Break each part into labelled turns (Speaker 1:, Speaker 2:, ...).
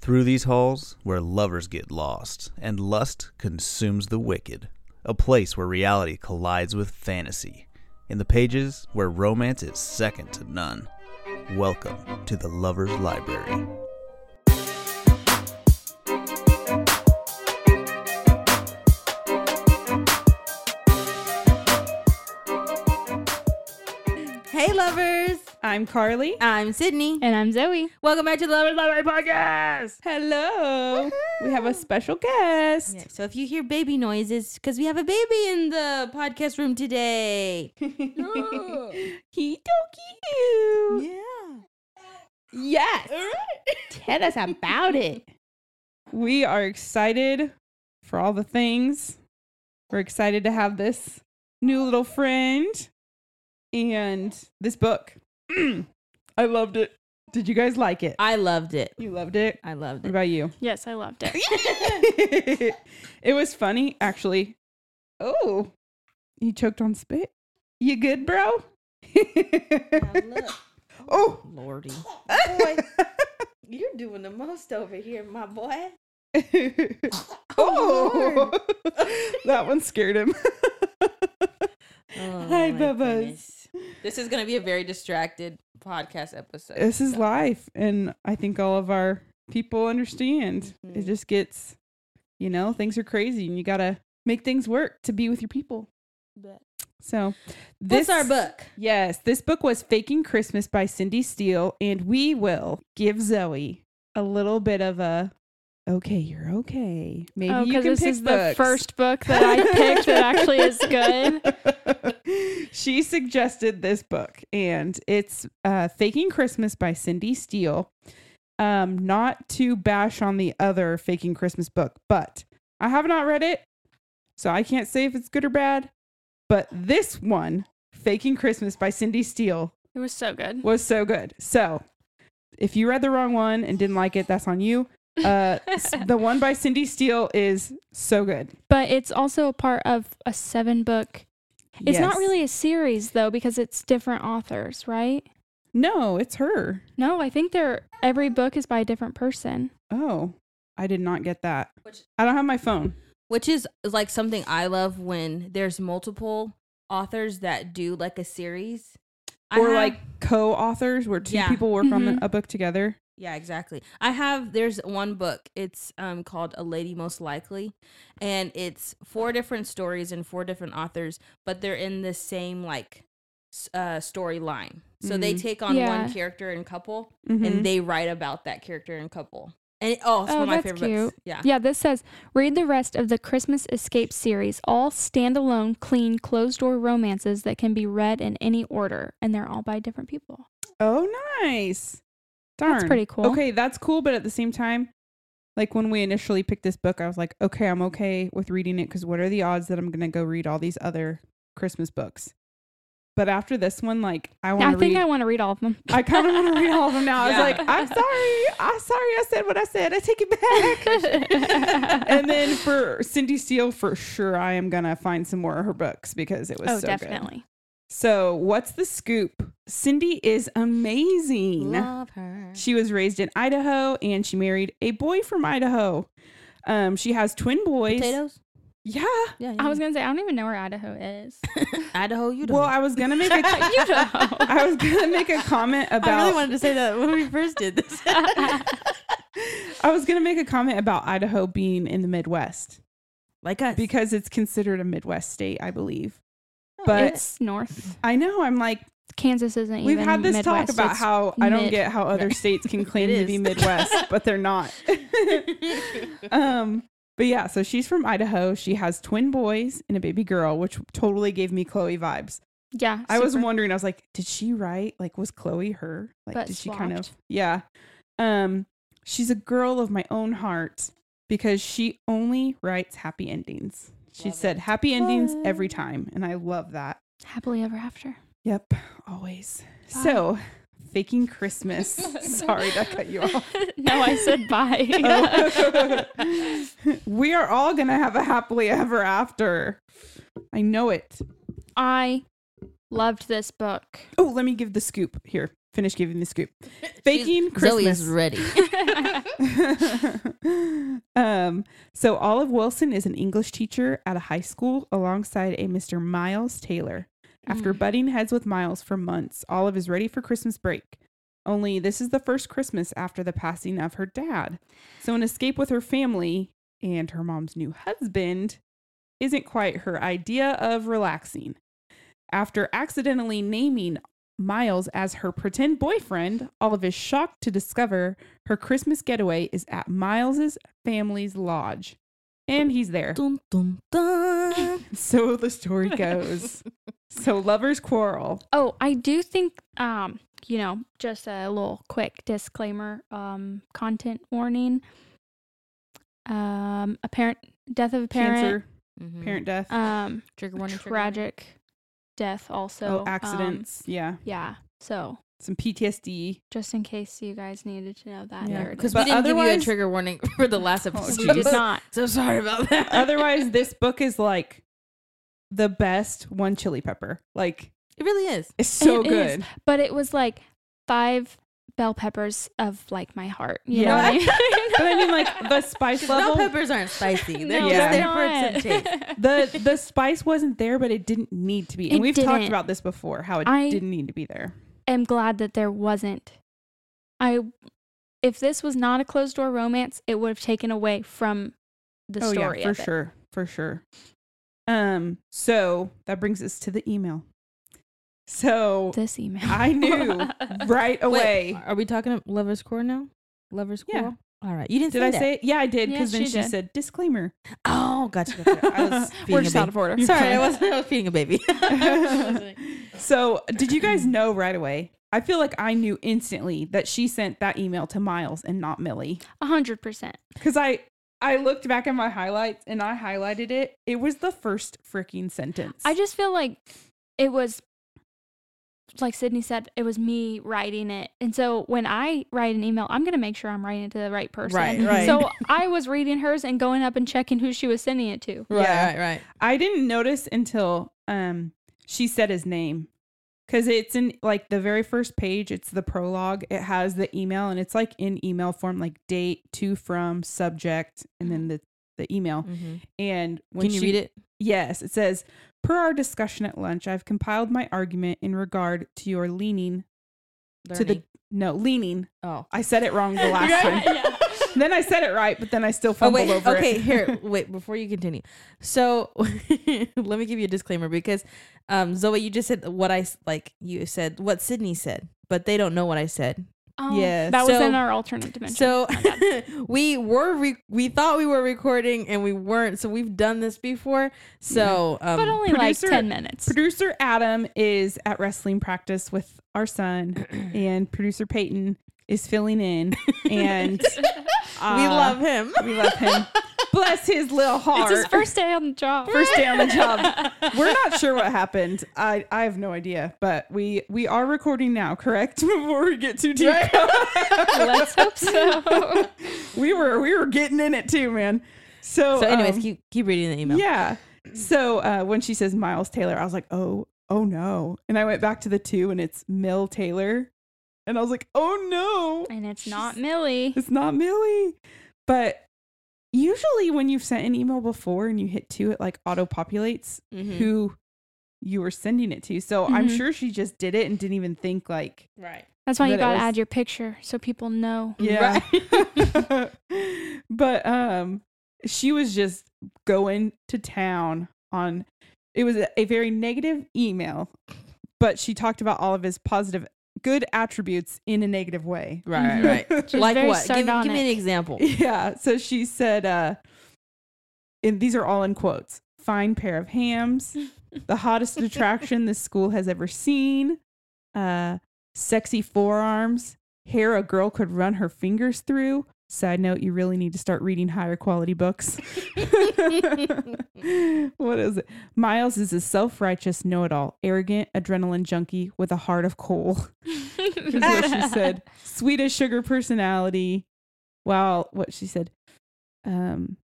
Speaker 1: Through these halls, where lovers get lost and lust consumes the wicked, a place where reality collides with fantasy, in the pages where romance is second to none. Welcome to the Lover's Library.
Speaker 2: Hey, lovers.
Speaker 3: I'm Carly.
Speaker 2: I'm Sydney.
Speaker 4: And I'm Zoe.
Speaker 2: Welcome back to the Lovers Library Podcast.
Speaker 3: Hello. We have a special guest.
Speaker 2: Yeah, so if you hear baby noises, because we have a baby in the podcast room today.
Speaker 3: He doki you. Yes.
Speaker 4: Tell us about it.
Speaker 3: We are excited for all the things. We're excited to have this new little friend and this book. I loved it. Did you guys like it?
Speaker 2: I loved it.
Speaker 3: You loved it.
Speaker 2: I loved
Speaker 3: What
Speaker 2: it.
Speaker 3: about you?
Speaker 4: Yes, I loved it.
Speaker 3: it was funny, actually. Oh, you choked on spit. You good, bro? oh,
Speaker 2: Lordy.
Speaker 3: boy.
Speaker 2: You're doing the most over here, my boy.
Speaker 3: oh, that one scared him.
Speaker 4: Oh,
Speaker 3: Hi, Bubba's.
Speaker 2: Oh, This is going to be a very distracted podcast episode.
Speaker 3: this is life, and I think all of our people understand. It
Speaker 4: Mm-hmm.
Speaker 2: Mhm.
Speaker 3: just gets, you know, things are crazy, and you gotta make things work to be with your people. So,
Speaker 2: This our book.
Speaker 3: Yes, this book was Faking Christmas by Cindy Steele, and we will give Zoe a little bit of a okay, you're okay. Maybe
Speaker 4: oh,
Speaker 3: you can
Speaker 4: because this
Speaker 3: pick
Speaker 4: is the
Speaker 3: books.
Speaker 4: first book that I picked that actually is good.
Speaker 3: she suggested this book, and it's uh, Faking Christmas by Cindy Steele. Um, not to bash on the other Faking Christmas book, but I have not read it, so I can't say if it's good or bad. But this one, Faking Christmas by Cindy Steele,
Speaker 4: It was so good.
Speaker 3: was so good. So, if you read the wrong one and didn't like it, that's on you. Uh, s- the one by Cindy Steele is so good.
Speaker 4: But it's also a part of a seven book. It's
Speaker 3: Yes.
Speaker 4: not really a series though, because it's different authors, right?
Speaker 3: No, it's her.
Speaker 4: No, I think they're every book is by a different person.
Speaker 3: Oh, I did not get that.
Speaker 2: Which-
Speaker 3: I don't have my phone.
Speaker 2: which is like something I love when there's multiple authors that do like a series. I
Speaker 3: or
Speaker 2: have-
Speaker 3: like co-authors where two
Speaker 2: Yeah. Mm-hmm.
Speaker 3: people work on
Speaker 4: Mhm.
Speaker 3: a book together.
Speaker 2: yeah, exactly. I have there's one book. It's um called A Lady Most Likely, and it's four different stories and four different authors, but they're in the same like s- uh storyline. So they
Speaker 3: Mhm.
Speaker 2: take on
Speaker 4: Mm-hmm. Yeah. Mm-hmm.
Speaker 2: one character and couple,
Speaker 3: Mhm.
Speaker 2: and they write about that character and couple. And oh, it's
Speaker 4: Oh,
Speaker 2: one of my
Speaker 4: that's
Speaker 2: favorite
Speaker 4: cute.
Speaker 2: books. Yeah.
Speaker 4: Yeah, this says read the rest of the Christmas Escape series, all standalone, clean, closed door romances that can be read in any order, and they're all by different people.
Speaker 3: oh, nice. Darn.
Speaker 4: pretty cool.
Speaker 3: Okay, that's cool, but at the same time, like when we initially picked this book, I was like, okay, I'm okay with reading it because what are the odds that I'm gonna go read all these other Christmas books? But after this one, like I
Speaker 4: I
Speaker 3: want to
Speaker 4: think
Speaker 3: read.
Speaker 4: I
Speaker 3: I,
Speaker 4: want to read all of them.
Speaker 3: kind of want to read all of them now.
Speaker 2: Yeah.
Speaker 3: I was like, I'm sorry, I'm sorry, I said what I said. I take it back. and then for Cindy Steele, for sure, I am gonna find some more of her books because it was
Speaker 4: oh,
Speaker 3: so good.
Speaker 4: definitely.
Speaker 3: So, what's the scoop? Cindy is amazing.
Speaker 2: Love her.
Speaker 3: She was raised in Idaho and she married a boy from Idaho. Um, she has twin boys.
Speaker 2: Potatoes.
Speaker 3: Yeah.
Speaker 2: Yeah.
Speaker 4: I
Speaker 3: Mm.
Speaker 4: was gonna say I don't even know where Idaho is.
Speaker 2: Idaho. You don't.
Speaker 3: Well, I was gonna make a
Speaker 4: you know.
Speaker 3: I was gonna make a comment about I,
Speaker 2: to say that when we first did this.
Speaker 3: was gonna make a comment about Idaho being in the Midwest
Speaker 2: like us.
Speaker 3: because it's considered a Midwest state, I believe. But
Speaker 4: it's north.
Speaker 3: I know I'm like
Speaker 4: Kansas isn't
Speaker 3: we've
Speaker 4: even.
Speaker 3: had this talk
Speaker 4: Midwest,
Speaker 3: about
Speaker 4: it's-
Speaker 3: how I don't
Speaker 4: mid.
Speaker 3: get how other states can claim to
Speaker 2: is.
Speaker 3: be Midwest, but they're not. um, but yeah, so she's from Idaho. She has twin boys and a baby girl, which totally gave me Chloe vibes.
Speaker 4: yeah.
Speaker 3: I was
Speaker 4: super.
Speaker 3: wondering, I was like, did she write? Like, was Chloe her? Like,
Speaker 4: But
Speaker 3: did she kind of?
Speaker 4: swapped.
Speaker 3: Yeah. Um, she's a girl of my own heart because she only writes happy endings. She
Speaker 2: Love
Speaker 3: said happy endings every time, and I love that.
Speaker 4: happily ever after.
Speaker 3: Yep, always. So, faking Christmas. Sorry that cut you off.
Speaker 4: no, I said bye.
Speaker 3: we are all going to have a happily ever after. I know it.
Speaker 4: I loved this book.
Speaker 3: Oh, let me give the scoop here. finish giving the scoop. Faking
Speaker 2: Zoe
Speaker 3: Christmas.
Speaker 2: is ready.
Speaker 3: um, so Olive Wilson is an English teacher at a high school alongside a Mr. Miles Taylor. After butting heads with Miles for months, Olive is ready for Christmas break. Only this is the first Christmas after the passing of her dad. So an escape with her family and her mom's new husband isn't quite her idea of relaxing. After accidentally naming Miles as her pretend boyfriend, Olive is shocked to discover her Christmas getaway is at Miles's family's lodge. And he's there.
Speaker 2: Dun, dun, dun.
Speaker 3: So the story goes. so lovers quarrel.
Speaker 4: Oh, I do think, um, you know, just a little quick disclaimer, um, content warning. Um, a parent, death of a parent,
Speaker 3: Cancer, Oh,
Speaker 2: Mhm.
Speaker 3: parent death.
Speaker 4: um,
Speaker 2: Trigger warning. trigger warning.
Speaker 4: tragic death also.
Speaker 3: oh,
Speaker 4: um,
Speaker 3: accidents. yeah.
Speaker 4: yeah. So
Speaker 3: Some PTSD.
Speaker 4: just in case you guys needed to know that,
Speaker 3: Yeah,
Speaker 4: there it
Speaker 2: Because
Speaker 4: is.
Speaker 2: we
Speaker 3: But
Speaker 2: didn't give you a
Speaker 3: otherwise-
Speaker 2: trigger warning for the last episode.
Speaker 4: we
Speaker 3: geez.
Speaker 4: did not.
Speaker 2: Oh, So sorry about that.
Speaker 3: Otherwise, this book is like the best one chili pepper. Like,
Speaker 2: it really is.
Speaker 3: it's so
Speaker 4: It is.
Speaker 3: good.
Speaker 4: But it was like five bell peppers of like my heart. You
Speaker 3: Yeah.
Speaker 4: know what I mean?
Speaker 3: but I mean, like, the spice
Speaker 2: Bell
Speaker 3: level.
Speaker 2: peppers aren't spicy. They're
Speaker 4: No,
Speaker 3: Yeah.
Speaker 2: just
Speaker 4: it's
Speaker 2: there for
Speaker 4: not.
Speaker 2: some taste.
Speaker 3: the the spice wasn't there, but it didn't need to be. And
Speaker 4: It
Speaker 3: we've talked
Speaker 4: didn't.
Speaker 3: about this before, how it
Speaker 4: I-
Speaker 3: didn't need to be there.
Speaker 4: am glad that there wasn't. I if this was not a closed door romance, it would have taken away from the story.
Speaker 3: Oh, for
Speaker 4: of it.
Speaker 3: sure, for sure. Um, so that brings us to the email. So
Speaker 4: This email.
Speaker 3: I knew right away.
Speaker 2: Wait,
Speaker 4: uh,
Speaker 2: are we talking about lovers core now? Lovers core.
Speaker 3: Yeah.
Speaker 2: All right. You didn't.
Speaker 3: Did
Speaker 2: say
Speaker 3: I
Speaker 2: that.
Speaker 3: say it? Yeah, I did. Because
Speaker 4: Yeah,
Speaker 3: then
Speaker 4: she
Speaker 3: she,
Speaker 4: did.
Speaker 3: said disclaimer.
Speaker 2: Oh, gotcha. gotcha. I was feeding
Speaker 4: We're
Speaker 2: a
Speaker 4: just
Speaker 2: baby.
Speaker 4: out of order.
Speaker 3: You're
Speaker 2: Sorry,
Speaker 3: fine.
Speaker 2: I was, I was feeding a baby.
Speaker 3: So did you guys know right away? I feel like I knew instantly that she sent that email to Miles and not Millie.
Speaker 4: A hundred percent.
Speaker 3: Because I I looked back at my highlights and I highlighted it. It was the first freaking sentence.
Speaker 4: I just feel like it was like Sydney said, it was me writing it. And so when I write an email, I'm gonna make sure I'm writing it to the right person.
Speaker 2: Right, right.
Speaker 4: So I was reading hers and going up and checking who she was sending it to.
Speaker 3: Right.
Speaker 2: right, right.
Speaker 3: I didn't notice until um she said his name. Cause it's in like the very first page, it's the prologue. It has the email and it's like in email form, like date, to from, subject, and then the, the email. And when
Speaker 2: Mm-hmm. Can you
Speaker 3: she,
Speaker 2: read it?
Speaker 3: Yes, it says, per our discussion at lunch, I've compiled my argument in regard to your leaning to the no leaning.
Speaker 2: oh.
Speaker 3: I said it wrong the last
Speaker 4: Right?
Speaker 3: time.
Speaker 4: Yeah.
Speaker 3: then I said it right, but then I still
Speaker 2: Oh
Speaker 3: fumbled
Speaker 2: wait.
Speaker 3: over
Speaker 2: Okay.
Speaker 3: it.
Speaker 2: Here. Wait. Before you continue, so let me give you a disclaimer because um, Zoe, you just said what I s- like. You said what Sydney said, but they don't know what I said.
Speaker 4: Oh,
Speaker 3: Yes.
Speaker 4: That was
Speaker 2: So-
Speaker 4: in our alternate dimension.
Speaker 2: So we were re- we thought we were recording and we weren't. So we've done this before. So um,
Speaker 4: but only
Speaker 3: producer-
Speaker 4: like ten minutes.
Speaker 3: Producer Adam is at wrestling practice with our son, and producer Peyton is filling in, and uh,
Speaker 2: we love him.
Speaker 3: we love him. Bless his little heart.
Speaker 4: It's his first day on the job.
Speaker 3: First day on the job. We're not sure what happened. I, I have no idea, but we we are recording now, correct? Before we get too deep.
Speaker 4: Let's hope so.
Speaker 3: we were we were getting in it too, man. So
Speaker 2: So, anyways,
Speaker 3: um,
Speaker 2: keep keep reading the email.
Speaker 3: Yeah. So uh, when she says Miles Taylor, I was like, oh, oh no. And I went back to the two and it's Mill Taylor. And I was like, oh no,
Speaker 4: and it's not Millie.
Speaker 3: it's not Millie. But usually when you've sent an email before and you hit two, it like auto populates
Speaker 2: Hmm. Mm-hmm.
Speaker 3: who you were sending it to. So I'm
Speaker 4: Mhm.
Speaker 3: sure she just did it and didn't even think like,
Speaker 2: Right.
Speaker 4: That's why you
Speaker 3: But it
Speaker 4: gotta
Speaker 3: was-
Speaker 4: add your picture so people know.
Speaker 3: Yeah. but um she was just going to town on it was a, a very negative email, but she talked about all of his positive good attributes in a negative way.
Speaker 2: Right. Right. right.
Speaker 4: She's
Speaker 2: like
Speaker 4: very
Speaker 2: what? Give, me- give me an
Speaker 4: sardonic.
Speaker 2: example.
Speaker 3: Yeah. So she said uh and these are all in quotes. Fine pair of hams, the hottest attraction this school has ever seen, uh sexy forearms, hair a girl could run her fingers through. Side note, you really need to start reading higher quality books. what is it? Miles is a self righteous know it all, arrogant adrenaline junkie with a heart of coal. Here's what she said. Sweet as sugar personality. Wow, what she said. Um,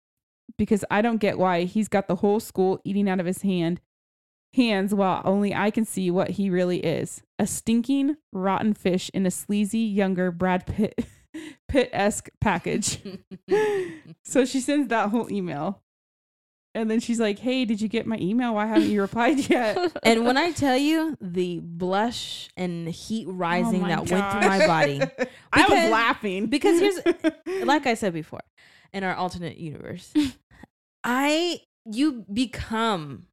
Speaker 3: because I don't get why he's got the whole school eating out of his hand. hands while only I can see what he really is a stinking, rotten fish in a sleazy, younger Brad Pitt Pitt esque package. so she sends that whole email. And then she's like, hey, did you get my email? Why haven't you replied yet?
Speaker 2: and when I tell you the blush and heat rising
Speaker 4: my
Speaker 2: that went through my
Speaker 3: gosh.
Speaker 2: body,
Speaker 3: I was
Speaker 2: Because-
Speaker 3: laughing.
Speaker 2: because here's- like I said before, in our alternate universe, I you become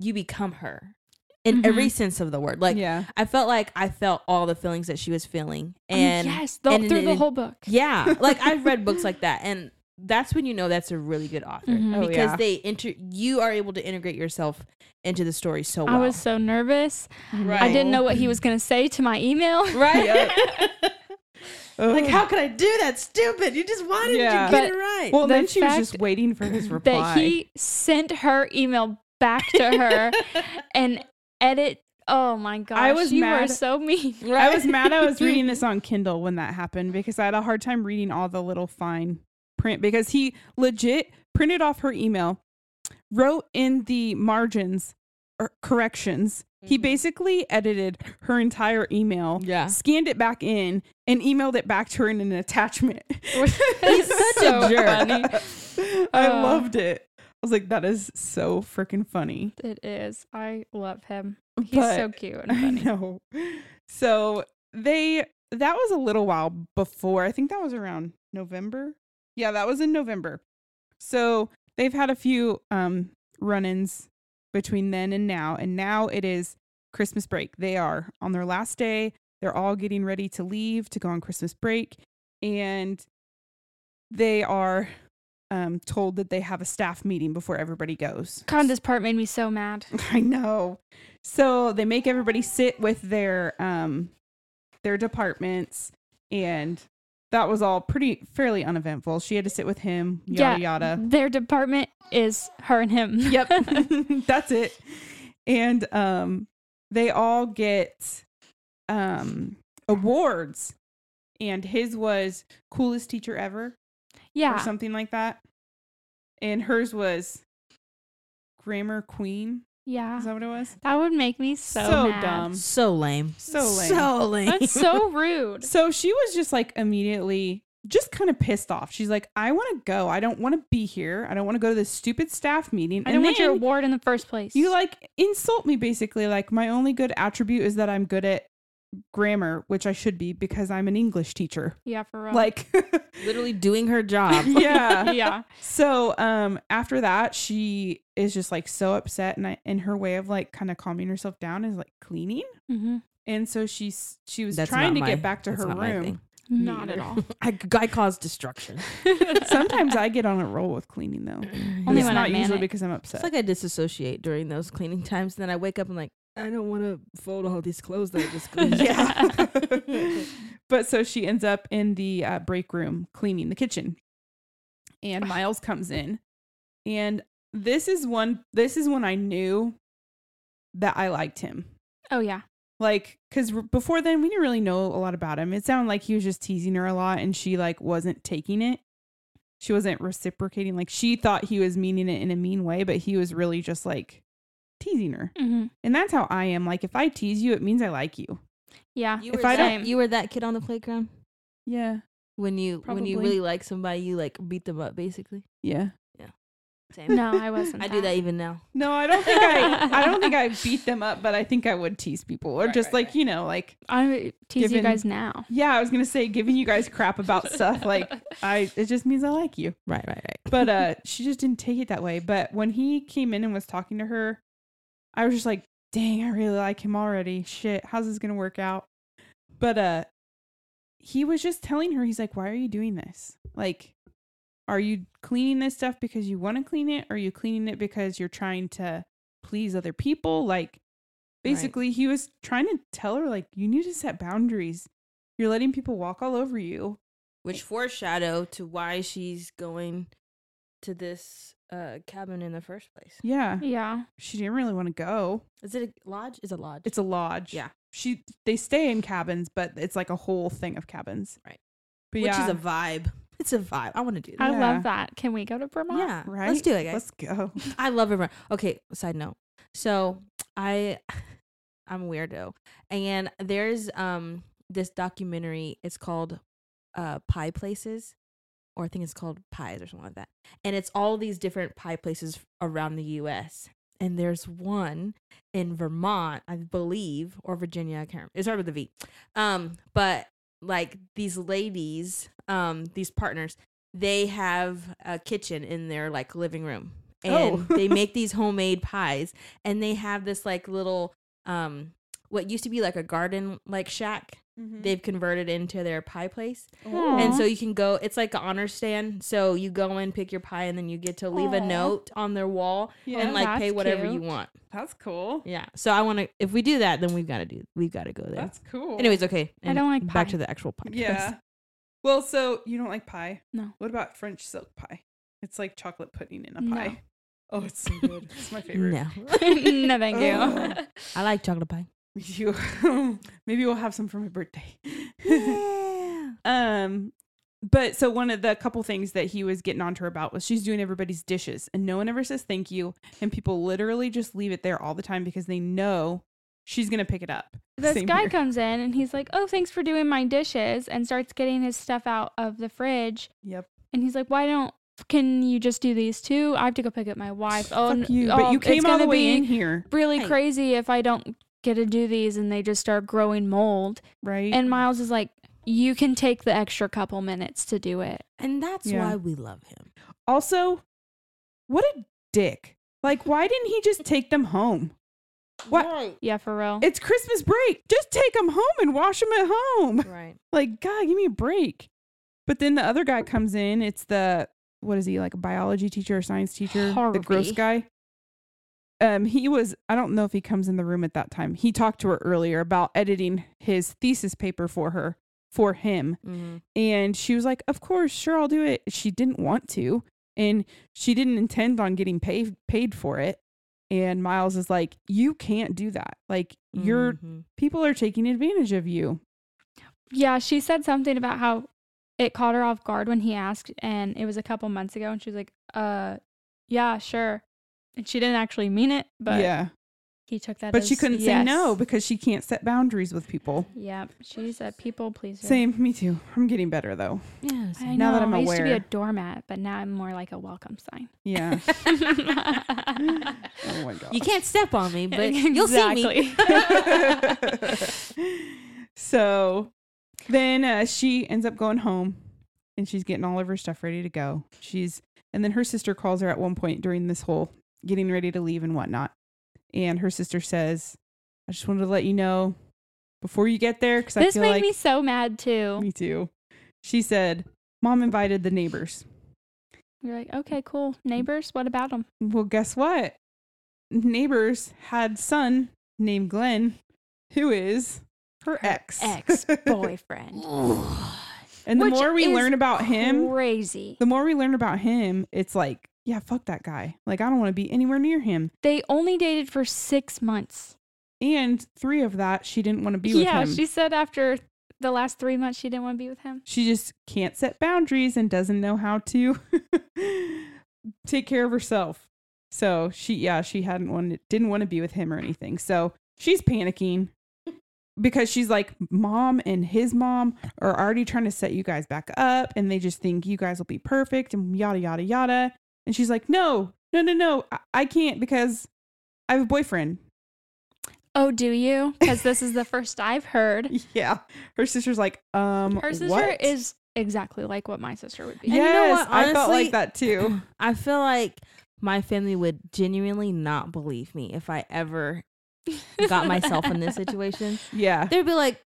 Speaker 2: you become her in
Speaker 4: Mhm.
Speaker 2: every sense of the word. Like
Speaker 3: yeah.
Speaker 2: I felt like I felt all the feelings that she was feeling,
Speaker 4: I mean,
Speaker 2: and
Speaker 4: yes, the,
Speaker 2: and-
Speaker 4: through the
Speaker 2: and-
Speaker 4: whole book.
Speaker 2: yeah, like I've read books like that, and that's when you know that's a really good author
Speaker 4: Mhm.
Speaker 3: Oh,
Speaker 2: because
Speaker 3: yeah.
Speaker 2: they inter you are able to integrate yourself into the story so well.
Speaker 4: I was so nervous.
Speaker 2: Right.
Speaker 4: I didn't know what he was going to say to my email.
Speaker 2: right.
Speaker 3: Ugh.
Speaker 2: could I do that? Stupid! You just wanted
Speaker 3: to Yeah.
Speaker 4: get it
Speaker 2: right.
Speaker 3: Well,
Speaker 4: The
Speaker 3: then she was
Speaker 4: fact
Speaker 3: just waiting for his reply.
Speaker 4: that he sent her email back to her and edit. Oh my gosh,
Speaker 3: I was
Speaker 4: you were
Speaker 3: mad.
Speaker 4: so mean.
Speaker 3: I was mad I was reading this on Kindle when that happened because I had a hard time reading all the little fine print because he legit printed off her email, wrote in the margins or corrections. He
Speaker 4: Mm-hmm.
Speaker 2: Mhm.
Speaker 3: basically edited her entire email,
Speaker 2: Yeah.
Speaker 3: scanned it back in, and emailed it back to her in an attachment.
Speaker 4: He's
Speaker 2: such a jerk.
Speaker 4: Funny.
Speaker 3: I
Speaker 4: Oh.
Speaker 3: loved it. I was like, that is so freaking funny.
Speaker 4: It is. I love him. He's
Speaker 3: But-
Speaker 4: so cute and
Speaker 3: I
Speaker 4: funny.
Speaker 3: know. So they that was a little while before. I think that was around November. Yeah, that was in November. So they've had a few um run-ins between then and now, and now it is Christmas break. They are on their last day. They're all getting ready to leave to go on Christmas break, and they are um, told that they have a staff meeting before everybody goes.
Speaker 4: God, this part made me so mad.
Speaker 3: I know. So they make everybody sit with their um their departments and that was all pretty fairly uneventful. She had to sit with him, yada yada.
Speaker 4: Their department is her and him.
Speaker 3: Yep. That's it. And um they all get um awards. And his was coolest teacher ever or
Speaker 4: yeah.
Speaker 3: something like that. And hers was grammar queen. Is
Speaker 4: Yeah.
Speaker 3: that what it was?
Speaker 4: That would make me so, mad.
Speaker 3: dumb.
Speaker 2: so lame.
Speaker 3: So lame.
Speaker 2: So lame.
Speaker 4: That's so rude.
Speaker 3: So she was just like immediately just kind of pissed off. She's like, I want to go. I don't want to be here. I don't want to go to this stupid staff meeting.
Speaker 4: I don't want your
Speaker 3: then
Speaker 4: award in the first place.
Speaker 3: you like insult me basically. Like my only good attribute is that I'm good at grammar, which I should be because I'm an English teacher.
Speaker 4: yeah, for real.
Speaker 3: Like
Speaker 2: literally doing her job.
Speaker 3: yeah.
Speaker 4: yeah.
Speaker 3: So um after that she is just like so upset and I and her way of like kind of calming herself down is like cleaning.
Speaker 4: hmm
Speaker 3: And so she's she was
Speaker 2: That's
Speaker 3: trying
Speaker 2: not
Speaker 3: to
Speaker 2: my-
Speaker 3: get back to
Speaker 2: that's
Speaker 3: her
Speaker 2: not my
Speaker 3: room.
Speaker 2: thing.
Speaker 4: Not at
Speaker 3: neither.
Speaker 4: all.
Speaker 2: I, I caused destruction.
Speaker 3: Sometimes I get on a roll with cleaning though.
Speaker 4: Only
Speaker 3: it's
Speaker 4: when
Speaker 3: not
Speaker 4: I'm
Speaker 3: usually
Speaker 4: manic.
Speaker 3: because I'm
Speaker 2: It's
Speaker 3: upset.
Speaker 2: like I disassociate during those cleaning times, and then I wake up and like I don't want to fold all these clothes that I just cleaned.
Speaker 3: yeah. but so she ends up in the uh, break room cleaning the kitchen, and Miles comes in, and this is one. This is when I knew that I liked him.
Speaker 4: Oh yeah.
Speaker 3: Like, because before then we didn't really know a lot about him. It sounded like he was just teasing her a lot, and she like wasn't taking it. She wasn't reciprocating. Like she thought he was meaning it in a mean way, but he was really just like teasing her.
Speaker 4: hmm
Speaker 3: And that's how I am. Like if I tease you, it means I like you.
Speaker 4: Yeah.
Speaker 2: You
Speaker 3: If
Speaker 2: were
Speaker 3: I
Speaker 2: that,
Speaker 4: don't-
Speaker 2: you were that kid on the playground
Speaker 3: Yeah.
Speaker 2: when you when you
Speaker 3: Probably.
Speaker 2: really like somebody, you like beat them up basically.
Speaker 3: Yeah.
Speaker 2: Same.
Speaker 4: No, I wasn't.
Speaker 2: I do that even now.
Speaker 3: No, I don't think I I don't think I beat them up, but I think I would tease people or
Speaker 2: Right,
Speaker 3: just
Speaker 2: right,
Speaker 3: like,
Speaker 2: right.
Speaker 3: you know, like
Speaker 4: I tease
Speaker 3: Given-
Speaker 4: you guys now.
Speaker 3: yeah, I was going to say giving you guys crap about stuff like uh, I it just means I like you.
Speaker 2: Right, right, right.
Speaker 3: But uh she just didn't take it that way, but when he came in and was talking to her, I was just like, "Dang, I really like him already. Shit, how's this going to work out?" But uh he was just telling her he's like, "Why are you doing this? Like are you cleaning this stuff because you want to clean it? Are you cleaning it because you're trying to please other people? Like, basically, he was trying to tell her, like, you need to set boundaries. You're letting people walk all over you.
Speaker 2: Which foreshadow to why she's going to this uh, cabin in the first place.
Speaker 3: Yeah.
Speaker 4: Yeah.
Speaker 3: She didn't really want to go.
Speaker 2: Is it a lodge? Is a lodge?
Speaker 3: It's a lodge.
Speaker 2: Yeah.
Speaker 3: She, they stay in cabins, but it's like a whole thing of cabins.
Speaker 2: Right.
Speaker 3: But
Speaker 2: which
Speaker 3: yeah.
Speaker 2: is a vibe. It's a vibe. I want to do that.
Speaker 4: I
Speaker 3: Yeah.
Speaker 4: love that. Can we go to Vermont?
Speaker 2: yeah,
Speaker 3: Right.
Speaker 2: let's do it, guys.
Speaker 3: Let's go.
Speaker 2: I love Vermont. Okay, side note. So I I'm a weirdo. And there's um this documentary, it's called uh Pie Places, or I think it's called Pies or something like that. And it's all these different pie places around the US. And there's one in Vermont, I believe, or Virginia, I can't remember. It started with a V. Um, but like these ladies, um, these partners, they have a kitchen in their like living room. And
Speaker 3: Oh.
Speaker 2: they make these homemade pies and they have this like little um what used to be like a garden like shack they've converted into their pie place and
Speaker 4: Mm-hmm. Aw.
Speaker 2: so you can go it's like an honor stand so you go in pick your pie and then you get to leave a
Speaker 4: Aw. Oh,
Speaker 2: note on their wall
Speaker 3: yeah,
Speaker 2: and like pay
Speaker 4: that's
Speaker 2: whatever you
Speaker 4: cute.
Speaker 2: want
Speaker 3: that's cool.
Speaker 2: yeah so i want to if we do that then we've got to do we've got to go there
Speaker 3: That's cool.
Speaker 2: anyways okay
Speaker 4: I
Speaker 2: and
Speaker 4: don't like
Speaker 2: back
Speaker 4: pie.
Speaker 2: to the actual podcast
Speaker 3: yeah. Well, so you don't like pie?
Speaker 4: No.
Speaker 3: What about French silk pie? It's like chocolate pudding in a
Speaker 4: No.
Speaker 3: pie. Oh, it's so good. It's my favorite.
Speaker 2: no
Speaker 4: no, thank
Speaker 3: Ugh.
Speaker 4: you.
Speaker 2: i like chocolate pie
Speaker 3: You, maybe we'll have some for my birthday.
Speaker 2: yeah
Speaker 3: Um, but so one of the couple things that he was getting onto her about was she's doing everybody's dishes and no one ever says thank you. And people literally just leave it there all the time because they know she's going to pick it up.
Speaker 4: This
Speaker 3: Same
Speaker 4: guy
Speaker 3: here.
Speaker 4: comes in and he's like, "Oh, thanks for doing my dishes," and starts getting his stuff out of the fridge.
Speaker 3: Yep.
Speaker 4: And he's like, "Why don't? Can you just do these two? I have to go pick up my wife. Oh, n-
Speaker 3: Fuck you.
Speaker 4: oh,
Speaker 3: but you
Speaker 4: it's
Speaker 3: came all the
Speaker 4: gonna
Speaker 3: way
Speaker 4: be
Speaker 3: in here,
Speaker 4: Really
Speaker 2: Right.
Speaker 4: crazy if I don't get to do these and they just start growing mold."
Speaker 3: right?
Speaker 4: And Miles is like, "You can take the extra couple minutes to do it."
Speaker 2: and that's
Speaker 3: Yeah.
Speaker 2: why we love him
Speaker 3: also, what a dick. Like, why didn't he just take them home? What?
Speaker 4: Yeah, for real.
Speaker 3: It's Christmas break. Just take them home and wash them at home.
Speaker 2: right
Speaker 3: Like, God, give me a break. But then the other guy comes in. It's the what is he like a biology teacher or science teacher? The gross
Speaker 4: Harvey.
Speaker 3: guy. Um, he was. I don't know if he comes in the room at that time. He talked to her earlier about editing his thesis paper for her, for him,
Speaker 2: mm-hmm.
Speaker 3: and she was like, "Of course, sure, I'll do it." She didn't want to, and she didn't intend on getting paid paid for it. And Miles is like, "You can't do that. Like,
Speaker 4: Mm.
Speaker 3: you're
Speaker 2: Mm-hmm.
Speaker 3: people are taking advantage of you."
Speaker 4: Yeah, she said something about how it caught her off guard when he asked, and it was a couple months ago, and she was like, "Uh, yeah, sure," and she didn't actually mean it, but
Speaker 3: yeah,
Speaker 4: he took that.
Speaker 3: but she
Speaker 4: as
Speaker 3: couldn't say
Speaker 4: yes.
Speaker 3: no because she can't set boundaries with people.
Speaker 4: Yep, she's a people pleaser.
Speaker 3: Same, me too. I'm getting better though.
Speaker 2: yeah
Speaker 4: I
Speaker 3: Now
Speaker 4: know.
Speaker 3: that I'm
Speaker 4: I used to be
Speaker 3: aware.
Speaker 4: a doormat, but now I'm more like a welcome sign.
Speaker 3: Yeah.
Speaker 4: but
Speaker 3: oh my god.
Speaker 2: you can't step on me but you'll see me
Speaker 3: so then uh, she ends up going home and she's getting all of her stuff ready to go. She's and then her sister calls her at one point during this whole getting ready to leave and whatnot. And her sister says, I just wanted to let you know before you get there because I
Speaker 4: This
Speaker 3: feel
Speaker 4: made
Speaker 3: like
Speaker 4: me so mad too.
Speaker 3: me too. She said, Mom invited the neighbors.
Speaker 4: You're like, okay, cool. Neighbors, what about them?
Speaker 3: Well, guess what? Neighbors had son named Glenn, who is her ex.
Speaker 4: Ex boyfriend.
Speaker 3: and the
Speaker 4: Which
Speaker 3: more we
Speaker 4: is
Speaker 3: learn about him,
Speaker 4: Crazy.
Speaker 3: the more we learn about him, it's like, yeah, fuck that guy. Like, I don't want to be anywhere near him.
Speaker 4: They only dated for six months. And
Speaker 3: Three of that, she didn't want to be
Speaker 4: yeah,
Speaker 3: with him.
Speaker 4: she said after the last three months she didn't want to be with him.
Speaker 3: she just can't set boundaries and doesn't know how to take care of herself. So she, yeah, she hadn't wanted, didn't want to be with him or anything. So she's panicking because she's like, mom and his mom are already trying to set you guys back up and they just think you guys will be perfect and yada, yada, yada. And she's like, no, no, no, no, I, I can't because I have a boyfriend.
Speaker 4: Oh, do you? Because this is the first I've heard.
Speaker 3: Yeah. Her sister's like, um,
Speaker 4: Her sister
Speaker 3: what?
Speaker 4: is exactly like what my sister would be.
Speaker 3: Yes,
Speaker 2: you know what?
Speaker 3: I felt
Speaker 2: Honestly-
Speaker 3: like that too.
Speaker 2: I feel like my family would genuinely not believe me if I ever got myself in this situation.
Speaker 3: Yeah.
Speaker 2: They'd be like,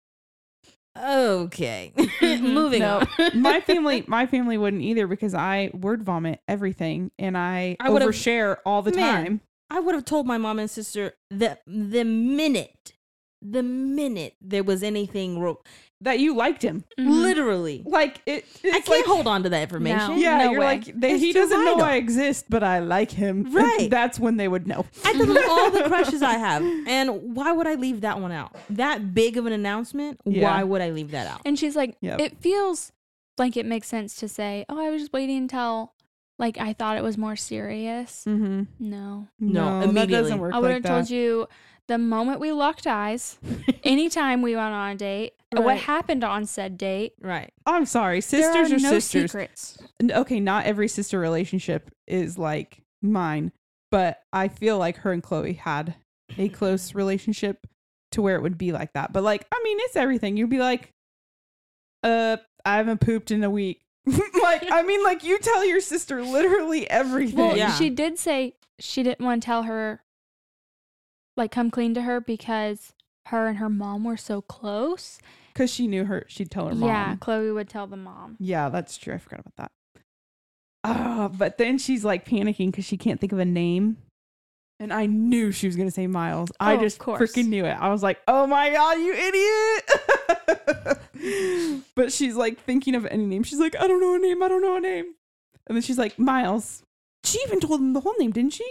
Speaker 2: okay,
Speaker 3: Mm-hmm.
Speaker 4: Mhm.
Speaker 2: moving
Speaker 4: No.
Speaker 2: on.
Speaker 3: my family my family wouldn't either because I word vomit everything and I,
Speaker 2: I would've-
Speaker 3: overshare all the
Speaker 2: Man.
Speaker 3: time.
Speaker 2: I would have told my mom and sister the the minute, the minute there was anything wrong.
Speaker 3: That you liked him.
Speaker 4: Mhm.
Speaker 2: Literally,
Speaker 3: Like it it's
Speaker 2: I can't
Speaker 3: like,
Speaker 2: hold on to that information.
Speaker 3: Yeah,
Speaker 4: No
Speaker 3: you're
Speaker 4: way.
Speaker 3: like they,
Speaker 2: It's
Speaker 3: he
Speaker 2: too
Speaker 3: doesn't know
Speaker 2: vital.
Speaker 3: I exist, but I like him.
Speaker 2: Right.
Speaker 3: That's when they would know.
Speaker 2: I can look all the crushes I have, and why would I leave that one out? That big of an announcement.
Speaker 3: Yeah.
Speaker 2: Why would I leave that out?
Speaker 4: And she's like,
Speaker 3: Yep.
Speaker 4: it feels like it makes sense to say, oh, I was just waiting until like I thought it was more serious.
Speaker 3: Mm-hmm.
Speaker 4: No.
Speaker 2: No,
Speaker 3: that
Speaker 2: immediately.
Speaker 3: doesn't work.
Speaker 4: I would
Speaker 3: like
Speaker 4: have
Speaker 3: that.
Speaker 4: told you the moment we locked eyes, anytime we went on a date,
Speaker 2: Right.
Speaker 4: what happened on said date.
Speaker 2: Right.
Speaker 3: I'm sorry,
Speaker 4: there
Speaker 3: sisters
Speaker 4: are
Speaker 3: are
Speaker 4: no
Speaker 3: sisters.
Speaker 4: secrets.
Speaker 3: N- Okay, not every sister relationship is like mine, but I feel like her and Chloe had a close relationship to where it would be like that. But like, I mean, it's everything. You'd be like, uh, I haven't pooped in a week. like, I mean, like you tell your sister literally everything.
Speaker 4: Well,
Speaker 2: Yeah.
Speaker 4: she did say she didn't want to tell her, like, come clean to her because her and her mom were so close.
Speaker 3: Cause she knew her, she'd tell her mom.
Speaker 4: Yeah, Chloe would tell the mom.
Speaker 3: Yeah, that's true. I forgot about that. Oh, but then she's like panicking because she can't think of a name. And I knew she was going to say Miles. I
Speaker 4: Oh, of
Speaker 3: just
Speaker 4: course.
Speaker 3: freaking knew it. I was like, oh my God, you idiot. but she's like thinking of any name. She's like, I don't know a name. I don't know a name. And then she's like, Miles. She even told him the whole name, didn't she?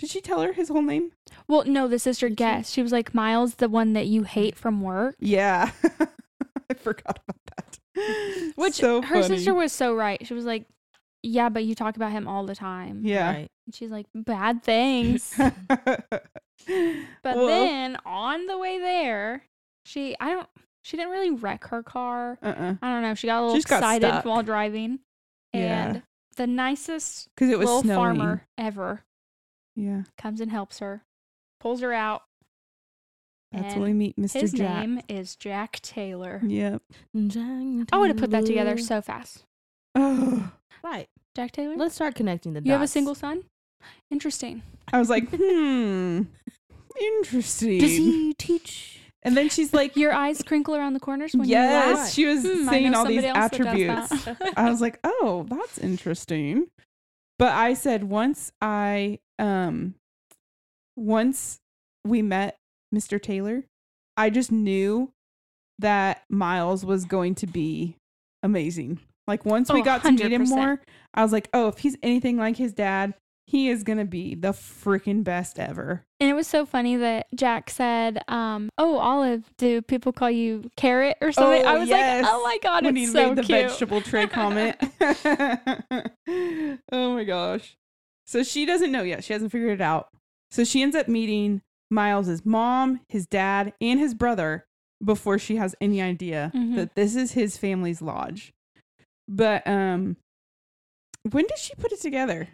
Speaker 3: Did she tell her his whole name?
Speaker 4: Well, no, the sister guessed. She was like, Miles, the one that you hate from work.
Speaker 3: Yeah. I forgot about that.
Speaker 4: Which
Speaker 3: so
Speaker 4: her
Speaker 3: funny.
Speaker 4: sister was so right. She was like, Yeah, but you talk about him all the time.
Speaker 3: Yeah.
Speaker 2: Right.
Speaker 4: And she's like, Bad things. But
Speaker 3: Well, uh
Speaker 4: then on the way there, she I don't she didn't really wreck her car.
Speaker 3: uh-uh
Speaker 4: I don't know. She got a little
Speaker 3: She just got
Speaker 4: excited
Speaker 3: stuck.
Speaker 4: while driving.
Speaker 3: Yeah.
Speaker 4: And the nicest
Speaker 3: because it was
Speaker 4: little
Speaker 3: snowing.
Speaker 4: farmer ever
Speaker 3: yeah
Speaker 4: comes and helps her. Pulls her out.
Speaker 3: that's
Speaker 4: and
Speaker 3: when we meet mr
Speaker 4: His
Speaker 3: jack
Speaker 4: name is Jack Taylor.
Speaker 3: yep
Speaker 4: I would have put that together so fast.
Speaker 3: oh
Speaker 2: Right.
Speaker 4: Jack Taylor?
Speaker 2: Let's start connecting the dots.
Speaker 4: you have a single son? Interesting.
Speaker 3: i was like hmm interesting
Speaker 2: Does he teach?
Speaker 3: and then she's like
Speaker 4: Your eyes crinkle around the corners when you
Speaker 3: yes
Speaker 4: laugh.
Speaker 3: she was
Speaker 4: Hmm, I
Speaker 3: saying
Speaker 4: know
Speaker 3: all these
Speaker 4: somebody else that does
Speaker 3: attributes
Speaker 4: that.
Speaker 3: I was like, oh, that's interesting. But I said once I um once we met Mr. Taylor, I just knew that Miles was going to be amazing. Like once we
Speaker 4: Oh,
Speaker 3: got to meet him
Speaker 4: 100%.
Speaker 3: more, I was like, oh, if he's anything like his dad, he is gonna be the freaking best ever.
Speaker 4: And it was so funny that Jack said, um, "Oh, Olive, do people call you carrot or something?" I was
Speaker 3: yes.
Speaker 4: like, "Oh my god,
Speaker 3: when
Speaker 4: it's
Speaker 3: he
Speaker 4: so
Speaker 3: made the
Speaker 4: cute."
Speaker 3: vegetable tray comment. oh my gosh. So she doesn't know yet. She hasn't figured it out. So she ends up meeting Miles's mom, his dad, and his brother before she has any idea
Speaker 4: Mhm.
Speaker 3: that this is his family's lodge. But um when did she put it together?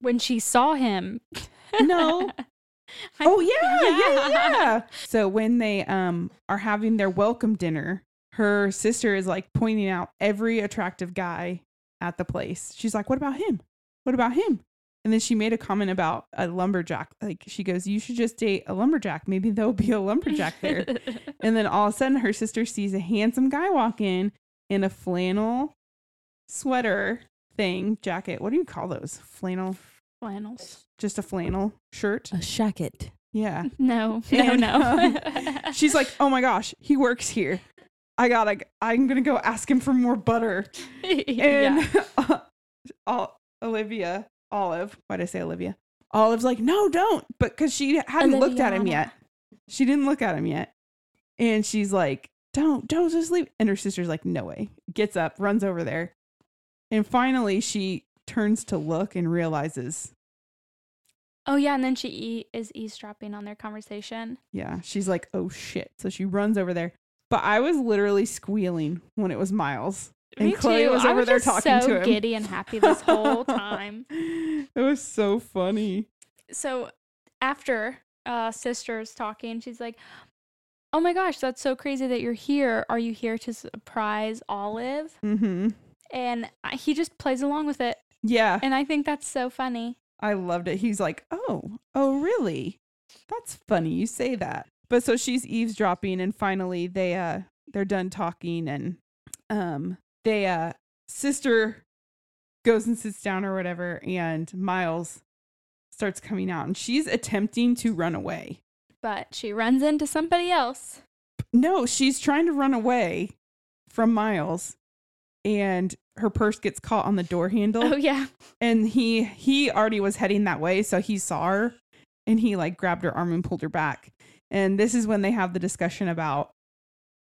Speaker 4: When she saw him,
Speaker 3: No.
Speaker 4: I-
Speaker 3: oh yeah, yeah,
Speaker 4: yeah.
Speaker 3: yeah, So when they um are having their welcome dinner, her sister is like pointing out every attractive guy at the place. She's like, "What about him? What about him?" And then she made a comment about a lumberjack. Like she goes, "You should just date a lumberjack. Maybe there'll be a lumberjack there." and then all of a sudden, her sister sees a handsome guy walk in in a flannel sweater thing jacket. What do you call those? Flannel,
Speaker 4: Flannels.
Speaker 3: just a flannel shirt.
Speaker 2: A shacket.
Speaker 3: Yeah.
Speaker 4: No, no,
Speaker 3: And,
Speaker 4: no.
Speaker 3: um, she's like, "Oh my gosh, he works here. I gotta. I'm gonna go ask him for more butter."
Speaker 4: yeah.
Speaker 3: And Ol- Olivia, Olive. Why did I say Olivia? Olive's like, "No, don't," but because she hadn't looked at him
Speaker 4: Oliviana.
Speaker 3: yet. She didn't look at him yet, and she's like, "Don't, don't just leave." And her sister's like, "No way." Gets up, runs over there, and finally she turns to look and realizes,
Speaker 4: Oh yeah, and then she e- is eavesdropping on their conversation.
Speaker 3: Yeah, she's like, oh shit. So she runs over there. But I was literally squealing when it was Miles. And
Speaker 4: Me
Speaker 3: Chloe
Speaker 4: too.
Speaker 3: was
Speaker 4: I
Speaker 3: over
Speaker 4: was
Speaker 3: there
Speaker 4: just
Speaker 3: talking
Speaker 4: so
Speaker 3: to him.
Speaker 4: giddy and happy this whole time.
Speaker 3: it was so funny.
Speaker 4: so after uh sister's talking she's like oh my gosh that's so crazy that you're here are you here to surprise olive
Speaker 3: Mm-hmm.
Speaker 4: and I, he just plays along with it
Speaker 3: Yeah,
Speaker 4: and i think that's so funny
Speaker 3: I loved it. He's like, oh, oh, really? That's funny. You say that. But so she's eavesdropping, and finally they uh they're done talking, and um they uh sister goes and sits down or whatever, and Miles starts coming out, and she's attempting to run away.
Speaker 4: but she runs into somebody else
Speaker 3: No, she's trying to run away from Miles and her purse gets caught on the door handle
Speaker 4: oh yeah
Speaker 3: and he he already was heading that way so he saw her and he like grabbed her arm and pulled her back. And this is when they have the discussion about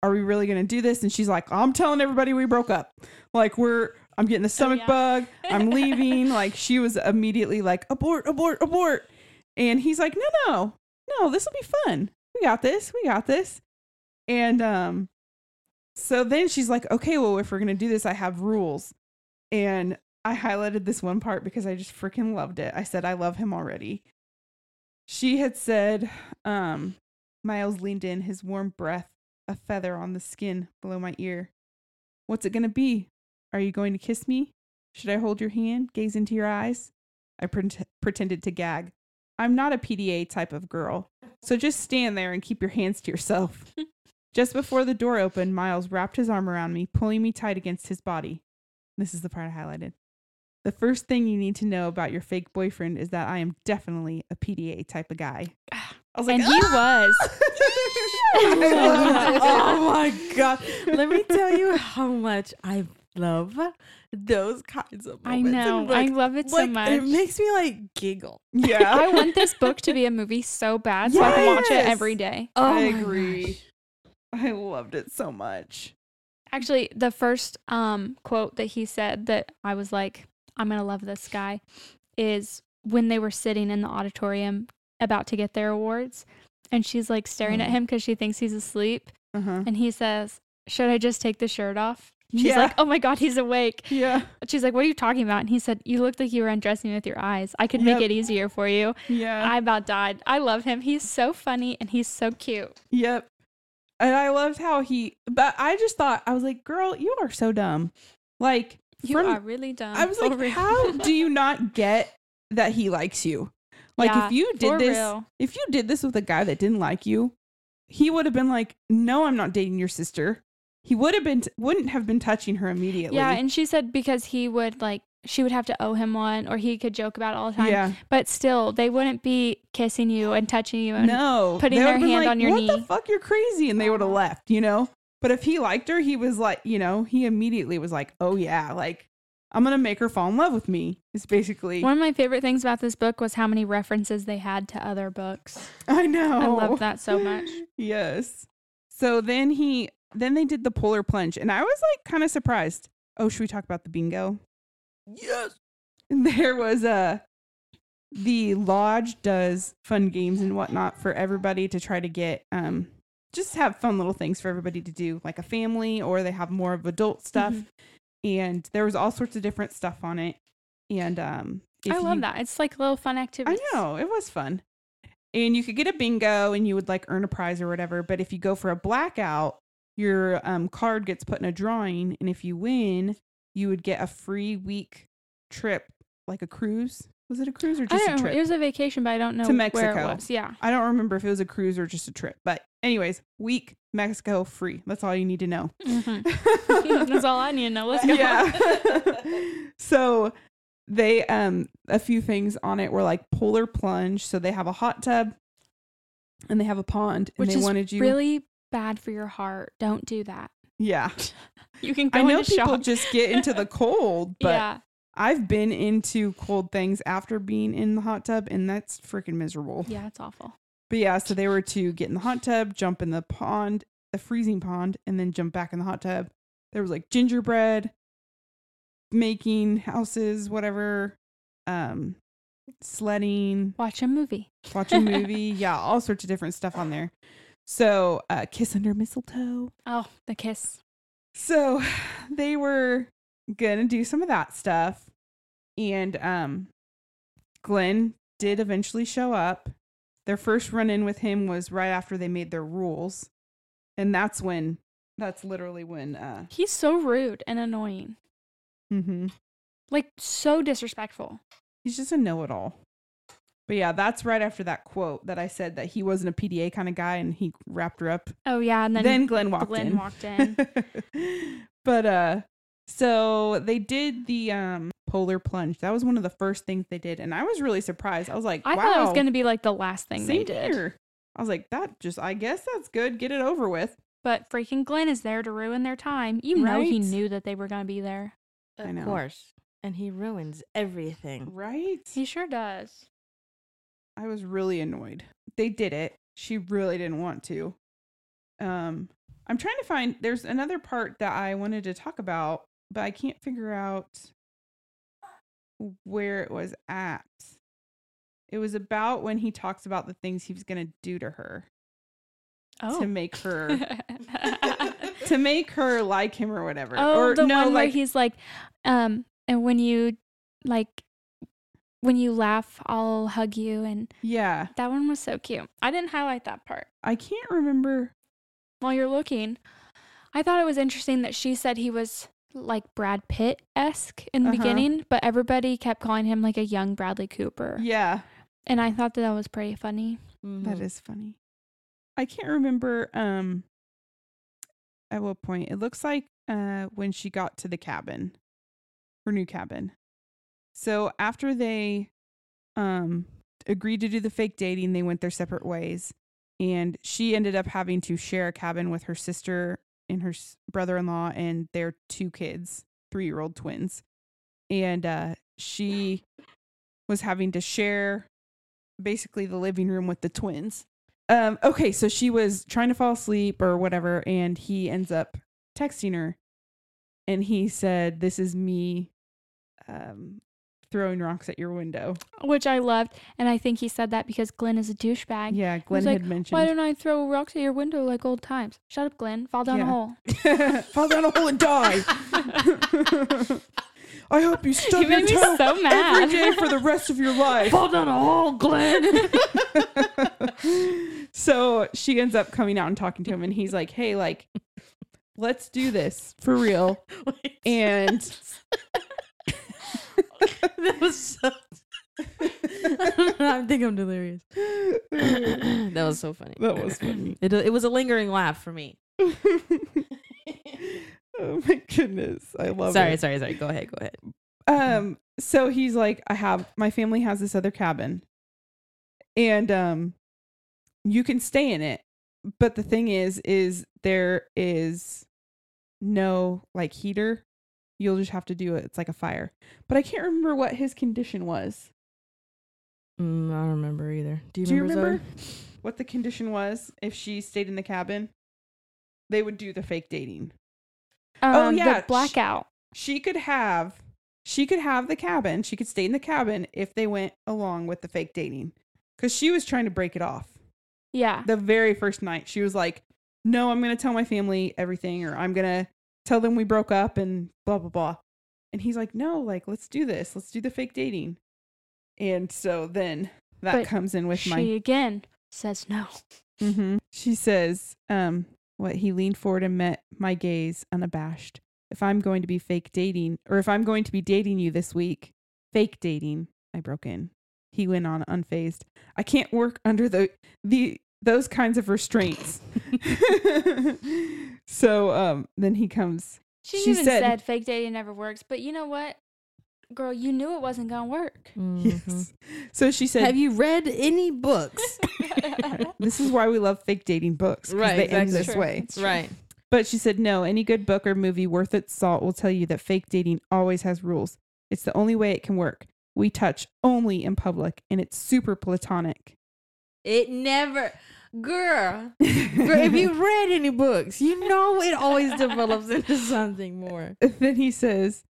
Speaker 3: are we really going to do this and she's like I'm telling everybody we broke up. Like we're I'm getting the stomach
Speaker 4: yeah.
Speaker 3: bug. I'm leaving. like she was immediately like, abort, abort, abort. And he's like, no, no, no, this will be fun. We got this. We got this. And um, so then she's like, okay, well, if we're gonna do this, I have rules. And I highlighted this one part because I just freaking loved it. I said, I love him already. She had said, um, Miles leaned in, his warm breath, a feather on the skin below my ear. What's it gonna be? Are you going to kiss me? Should I hold your hand, gaze into your eyes? I pret pretended to gag. I'm not a PDA type of girl, so just stand there and keep your hands to yourself. just before the door opened, Miles wrapped his arm around me, pulling me tight against his body. This is the part I highlighted. The first thing you need to know about your fake boyfriend is that I am definitely a PDA type of guy. I was
Speaker 4: and he was.
Speaker 2: oh my god! Let me tell you how much I love those kinds of. Moments
Speaker 4: I
Speaker 2: in
Speaker 4: know. I
Speaker 2: books.
Speaker 4: love it so
Speaker 2: Like,
Speaker 4: much.
Speaker 2: It makes me like giggle.
Speaker 3: yeah,
Speaker 4: I want this book to be a movie so bad so I can watch it
Speaker 3: Yes.
Speaker 4: every day.
Speaker 2: Oh
Speaker 3: I
Speaker 2: my
Speaker 3: agree.
Speaker 2: gosh.
Speaker 3: I loved it so much.
Speaker 4: Actually, the first um quote that he said that I was like, I'm gonna love this guy is when they were sitting in the auditorium about to get their awards and she's like staring
Speaker 3: Mm.
Speaker 4: at him because she thinks he's asleep
Speaker 3: Uh-huh.
Speaker 4: and he says, Should I just take the shirt off? She's
Speaker 3: Yeah.
Speaker 4: like, Oh my god, he's awake.
Speaker 3: Yeah.
Speaker 4: She's like, What are you talking about? And he said, You looked like you were undressing with your eyes. I could make
Speaker 3: Yep.
Speaker 4: it easier for you.
Speaker 3: Yeah.
Speaker 4: I about died. I love him. He's so funny and he's so cute.
Speaker 3: yep. And I loved how he but I just thought I was like, "Girl, you are so dumb." Like
Speaker 4: You
Speaker 3: from
Speaker 4: are really dumb.
Speaker 3: I was
Speaker 4: For
Speaker 3: like,
Speaker 4: real.
Speaker 3: "How do you not get that he likes you?" Like
Speaker 4: Yeah,
Speaker 3: if you
Speaker 4: for
Speaker 3: did this
Speaker 4: real.
Speaker 3: if you did this with a guy that didn't like you, he would have been like, "No, I'm not dating your sister." He would have been wouldn't have been touching her immediately.
Speaker 4: Yeah, and she said because he would like she would have to owe him one or he could joke about it all the time.
Speaker 3: yeah.
Speaker 4: But still, they wouldn't be kissing you and touching you and
Speaker 3: no
Speaker 4: putting
Speaker 3: They
Speaker 4: their
Speaker 3: would've been
Speaker 4: hand
Speaker 3: like,
Speaker 4: on your
Speaker 3: what the
Speaker 4: knee." Uh-huh.
Speaker 3: fuck you're crazy and they would have left you know but if he liked her he was like you know he immediately was like oh yeah like i'm gonna make her fall in love with me it's basically
Speaker 4: one of my favorite things about this book was how many references they had to other books.
Speaker 3: i know
Speaker 4: I love that so much.
Speaker 3: yes so then he then they did the polar plunge and i was like kind of surprised oh should we talk about the bingo
Speaker 1: Yes.
Speaker 3: there was a the lodge does fun games and whatnot for everybody to try to get um just have fun little things for everybody to do like a family or they have more of adult stuff
Speaker 4: Mhm.
Speaker 3: and there was all sorts of different stuff on it and um if
Speaker 4: I love
Speaker 3: you-
Speaker 4: that. It's like little fun
Speaker 3: i
Speaker 4: activities.
Speaker 3: know it was fun and you could get a bingo and you would like earn a prize or whatever but if you go for a blackout your um card gets put in a drawing and if you win you would get a free week trip like a cruise was it a cruise or
Speaker 4: I
Speaker 3: just a
Speaker 4: don't know.
Speaker 3: trip
Speaker 4: It was a vacation, but I don't know
Speaker 3: To
Speaker 4: where it
Speaker 3: Mexico.
Speaker 4: was. Yeah.
Speaker 3: I don't remember if it was a cruise or just a trip. But anyways, week Mexico free. That's all you need to know.
Speaker 4: Mhm. That's all I need to know. Let's go.
Speaker 3: yeah. so they um a few things on it were like polar plunge. So they have a hot tub and they have a pond and
Speaker 4: Which
Speaker 3: they
Speaker 4: is
Speaker 3: wanted you
Speaker 4: really bad for your heart. Don't do that.
Speaker 3: Yeah.
Speaker 4: You can go
Speaker 3: I know
Speaker 4: into
Speaker 3: people
Speaker 4: shock.
Speaker 3: just get into the cold, but
Speaker 4: yeah.
Speaker 3: I've been into cold things after being in the hot tub and that's freaking miserable.
Speaker 4: Yeah, it's awful.
Speaker 3: But yeah, so they were to get in the hot tub, jump in the pond, the freezing pond, and then jump back in the hot tub. There was like gingerbread making houses, whatever, um, sledding,
Speaker 4: Watch a movie.
Speaker 3: watch a movie. yeah, all sorts of different stuff on there. So, uh, kiss under mistletoe.
Speaker 4: Oh, the kiss.
Speaker 3: So they were gonna do some of that stuff. And um Glenn did eventually show up. Their first run in with him was right after they made their rules. And that's when that's literally when uh
Speaker 4: He's so rude and annoying. Mm-hmm.
Speaker 3: mhm.
Speaker 4: Like so disrespectful.
Speaker 3: he's just a know it all. But yeah, that's right after that quote that I said that he wasn't a PDA kind of guy and he wrapped her up.
Speaker 4: Oh yeah, and
Speaker 3: Then,
Speaker 4: then,
Speaker 3: Glenn walked
Speaker 4: Glenn
Speaker 3: in.
Speaker 4: walked in.
Speaker 3: but uh so they did the um polar plunge. That was one of the first things they did and I was really surprised. I was like,
Speaker 4: I
Speaker 3: wow.
Speaker 4: thought it was gonna be like the last thing they
Speaker 3: same
Speaker 4: did.
Speaker 3: here. I was like, that just I guess that's good. Get it over with.
Speaker 4: But freaking Glenn is there to ruin their time. You know he
Speaker 3: Right.
Speaker 4: knew that they were gonna be there.
Speaker 2: Of
Speaker 3: I know.
Speaker 2: course. And he ruins everything.
Speaker 3: Right?
Speaker 4: He sure does.
Speaker 3: I was really annoyed. They did it. She really didn't want to. Um I'm trying to find there's another part that I wanted to talk about but I can't figure out where it was at. It was about when he talks about the things he was going to do to her to
Speaker 4: Oh.
Speaker 3: make her to make her like him or whatever.
Speaker 4: Oh,
Speaker 3: or
Speaker 4: the
Speaker 3: no,
Speaker 4: one where
Speaker 3: like
Speaker 4: he's like, um, and when you like, when you laugh, I'll hug you, and
Speaker 3: yeah,
Speaker 4: that one was so cute. I didn't highlight that part.
Speaker 3: I can't remember.
Speaker 4: While you're looking, I thought it was interesting that she said he was like Brad Pitt esque in the
Speaker 3: Uh-huh.
Speaker 4: beginning, but everybody kept calling him like a young Bradley Cooper,
Speaker 3: Yeah,
Speaker 4: and I thought that that was pretty funny.
Speaker 2: Mm-hmm.
Speaker 3: that is funny. I can't remember um at what point. It looks like uh when she got to the cabin. Her new cabin. So after they um agreed to do the fake dating, they went their separate ways and she ended up having to share a cabin with her sister and her s- brother-in-law and their two kids, 3-year-old twins. And uh she was having to share basically the living room with the twins. Um, okay, so she was trying to fall asleep or whatever, and he ends up texting her, and he said, "This is me, um, throwing rocks at your window."
Speaker 4: Which I loved, and I think he said that because Glenn is a douchebag.
Speaker 3: Yeah, Glenn
Speaker 4: like,
Speaker 3: had mentioned.
Speaker 4: Why don't I throw rocks at your window like old times? Shut up, Glenn. Fall down
Speaker 3: Yeah.
Speaker 4: a hole.
Speaker 3: fall down a hole and die. I hope you stub
Speaker 4: You made
Speaker 3: your toe
Speaker 4: me so mad.
Speaker 3: every day for the rest of your life.
Speaker 2: Fall down a hole, Glenn.
Speaker 3: so she ends up coming out and talking to him, and he's like, "Hey, like, let's do this for real." And
Speaker 2: that was so. I think I'm delirious. that was so funny.
Speaker 3: That was funny.
Speaker 2: It, it was a lingering laugh for me.
Speaker 3: oh my goodness, I love
Speaker 2: sorry,
Speaker 3: it.
Speaker 2: sorry, sorry. Go ahead, go ahead.
Speaker 3: Um, so he's like, I have my family has this other cabin, and um, you can stay in it. But the thing is, is there is no like heater. You'll just have to do it. It's like a fire. But I can't remember what his condition was.
Speaker 2: Mm, I don't remember either. Do you
Speaker 3: Do you
Speaker 2: remember?
Speaker 3: remember what the condition was if she stayed in the cabin? They would do the fake dating.
Speaker 4: Um,
Speaker 3: Oh, yeah,
Speaker 4: The
Speaker 3: sh-
Speaker 4: blackout.
Speaker 3: she could have she could have the cabin she could stay in the cabin if they went along with the fake dating because she was trying to break it off
Speaker 4: yeah.
Speaker 3: the very first night she was like no i'm gonna tell my family everything or i'm gonna tell them we broke up and blah blah blah and he's like no like let's do this let's do the fake dating and so then that
Speaker 4: But
Speaker 3: comes in with
Speaker 4: she
Speaker 3: my
Speaker 4: again says no.
Speaker 3: Mm-hmm. She says, um, what he leaned forward and met my gaze unabashed. If I'm going to be fake dating, or if I'm going to be dating you this week, fake dating, I broke in. He went on unfazed. I can't work under the the those kinds of restraints. so um then he comes
Speaker 4: She,
Speaker 3: She
Speaker 4: even
Speaker 3: said-
Speaker 4: said, fake dating never works. But you know what, girl, you knew it wasn't gonna work.
Speaker 2: Mm-hmm.
Speaker 3: yes. So she said
Speaker 2: Have you read any books?
Speaker 3: this is why we love fake dating books. 'cause
Speaker 2: Right,
Speaker 3: They end
Speaker 2: exactly.
Speaker 3: this
Speaker 4: True.
Speaker 3: way.
Speaker 2: right.
Speaker 3: But she said, no, any good book or movie worth its salt will tell you that fake dating always has rules. It's the only way it can work. We touch only in public, and it's super platonic.
Speaker 2: It never, girl. girl, if you read any books, you know it always develops into something more.
Speaker 3: then he says,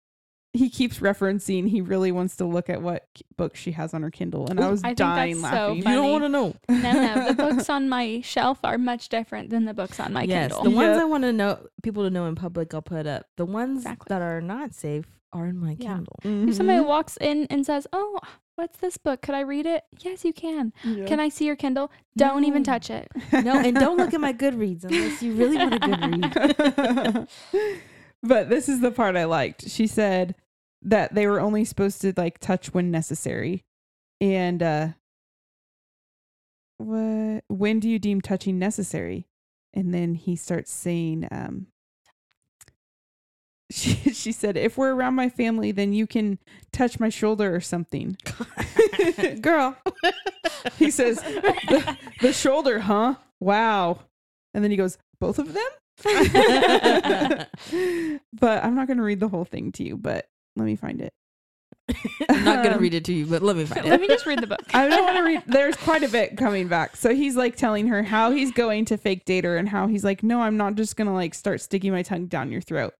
Speaker 3: he keeps referencing he really wants to look at what k- book she has on her Kindle. And I
Speaker 4: Ooh,
Speaker 3: was
Speaker 4: I think
Speaker 3: dying
Speaker 4: that's so
Speaker 3: laughing.
Speaker 4: funny. You don't
Speaker 2: wanna know.
Speaker 4: no, no, the books on my shelf are much different than the books on my
Speaker 2: yes,
Speaker 4: Kindle.
Speaker 2: the ones
Speaker 3: Yep.
Speaker 2: I want to know people to know in public, I'll put up. The ones
Speaker 4: Exactly.
Speaker 2: that are not safe are in my
Speaker 4: Yeah.
Speaker 2: Kindle.
Speaker 3: Mm-hmm.
Speaker 4: if somebody
Speaker 2: Mm-hmm.
Speaker 4: walks in and says, "Oh, what's this book? Could I read it?" Yes, you can. Can I see your Kindle? Don't even
Speaker 2: No.
Speaker 4: touch it.
Speaker 2: No, and don't look at my Goodreads unless you really want a Goodread.
Speaker 3: but this is the part I liked. She said that they were only supposed to like touch when necessary. And uh what when do you deem touching necessary? And then he starts saying um she, she said, if we're around my family, then you can touch my shoulder or something. Girl. he says, the, the shoulder, huh? Wow. And then he goes, both of them? but I'm not going to read the whole thing to you, but let me find it.
Speaker 2: I'm not gonna
Speaker 3: Um,
Speaker 2: read it to you, but let me find
Speaker 4: Let
Speaker 2: it.
Speaker 4: me just read the book.
Speaker 3: I don't want to read. There's quite a bit coming back. So he's like telling her how he's going to fake date her and how he's like, no, I'm not just going to like start sticking my tongue down your throat.